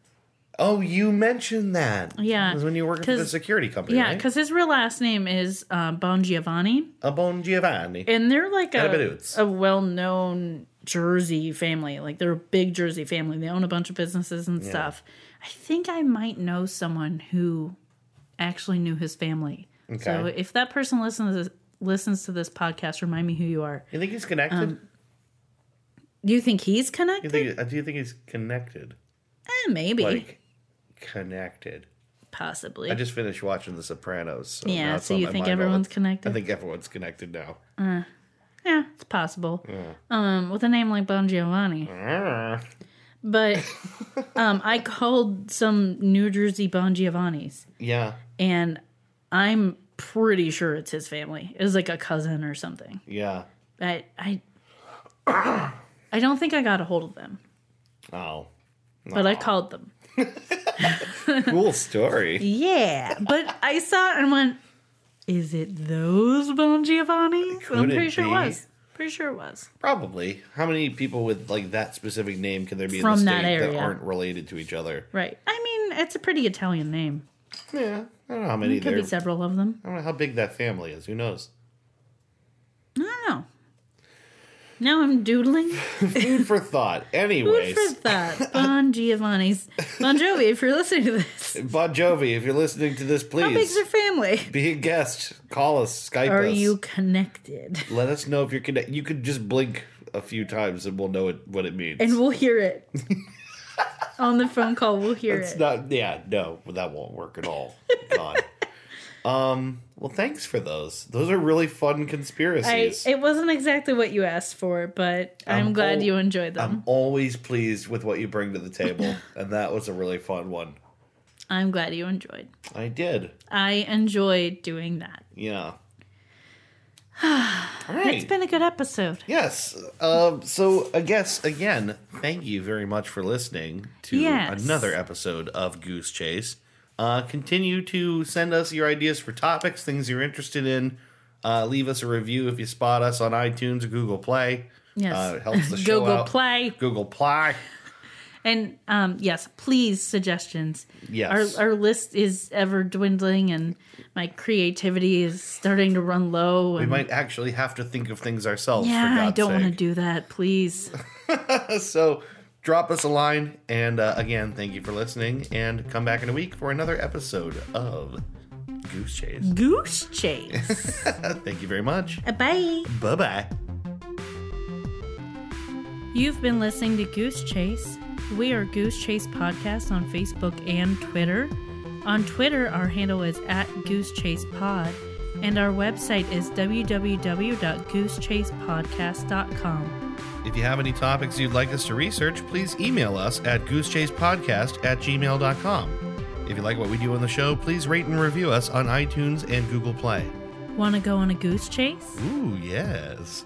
Oh, you mentioned that. Yeah, it was when you were working for the 'cause- security company. Yeah, right? because his real last name is uh, Bon Giovanni, a Bon Giovanni. and they're like a, Catabadudes. a well-known Jersey family. Like they're a big Jersey family. They own a bunch of businesses and stuff. I think I might know someone who actually knew his family. So Okay. if that person listens listens to this podcast, remind me who you are. you think he's connected? Um, Do you think he's you connected? think? uh, Do you think he's connected? eh, maybe, Like connected. possibly. I just finished watching The Sopranos. So Yeah, now it's so on you my think mind all the- everyone's connected? I think everyone's connected now. yeah, it's possible. Um, with a name like Bon Giovanni. Ah. But um, I called some New Jersey Bon Giovanni's, Yeah, and I'm pretty sure it's his family. It was like a cousin or something. yeah. I I, I don't think I got a hold of them, Oh, but I called them. cool story. Yeah, but I saw it and went, "Is it those Bon Giovanni's?" Could I'm it pretty sure be? it was. Pretty sure it was. Probably. How many people with like that specific name can there be in From the that state that area. aren't related to each other? Right. I mean, it's a pretty Italian name. Yeah, I don't know how many Could there. Oh. be several of them. I don't know how big that family is. Who knows? I don't know. Now I'm doodling. Food for thought. Good Anyways, for that. Bon Giovanni's. Bon Jovi, if you're listening to this, Bon Jovi, if you're listening to this, how big's please your family? be a guest. Call us. Skype Are us. you connected? Let us know if you're connected. You could just blink a few times and we'll know it, what it means. And we'll hear it. On the phone call, we'll hear It's it. not. Yeah, no, that won't work at all. God. Um. Well, thanks for those. Those are really fun I, conspiracies. it wasn't exactly what you asked for, but I'm, I'm glad al- you enjoyed them. I'm always pleased with what you bring to the table, and that was a really fun one. I'm glad you enjoyed. I did. I enjoy doing that. Yeah. All right. It's been a good episode. Yes. Um, so I guess again, thank you very much for listening to Yes. another episode of Goose Chase. Uh, continue to send us your ideas for topics, things you're interested in. Uh, leave us a review if you spot us on iTunes or Google Play. Yes. Uh, it helps the show Google out. Play. Google Play. And um, yes, please suggestions. Yes. our our list is ever dwindling, and my creativity is starting to run low. We And might actually have to think of things ourselves. for yeah, God's I don't want to sake. do that. Please, so drop us a line and uh, again thank you for listening and come back in a week for another episode of goose chase goose chase. thank you very much Bye. bye bye You've been listening to Goose Chase. We are Goose Chase Podcast on Facebook and Twitter. On Twitter, our handle is at Goose Chase Pod, and our website is www.goosechasepodcast.com. if you have any topics you'd like us to research please email us at goosechasepodcast at gmail.com if you like what we do on the show please rate and review us on itunes and google play Want to go on a goose chase? ooh yes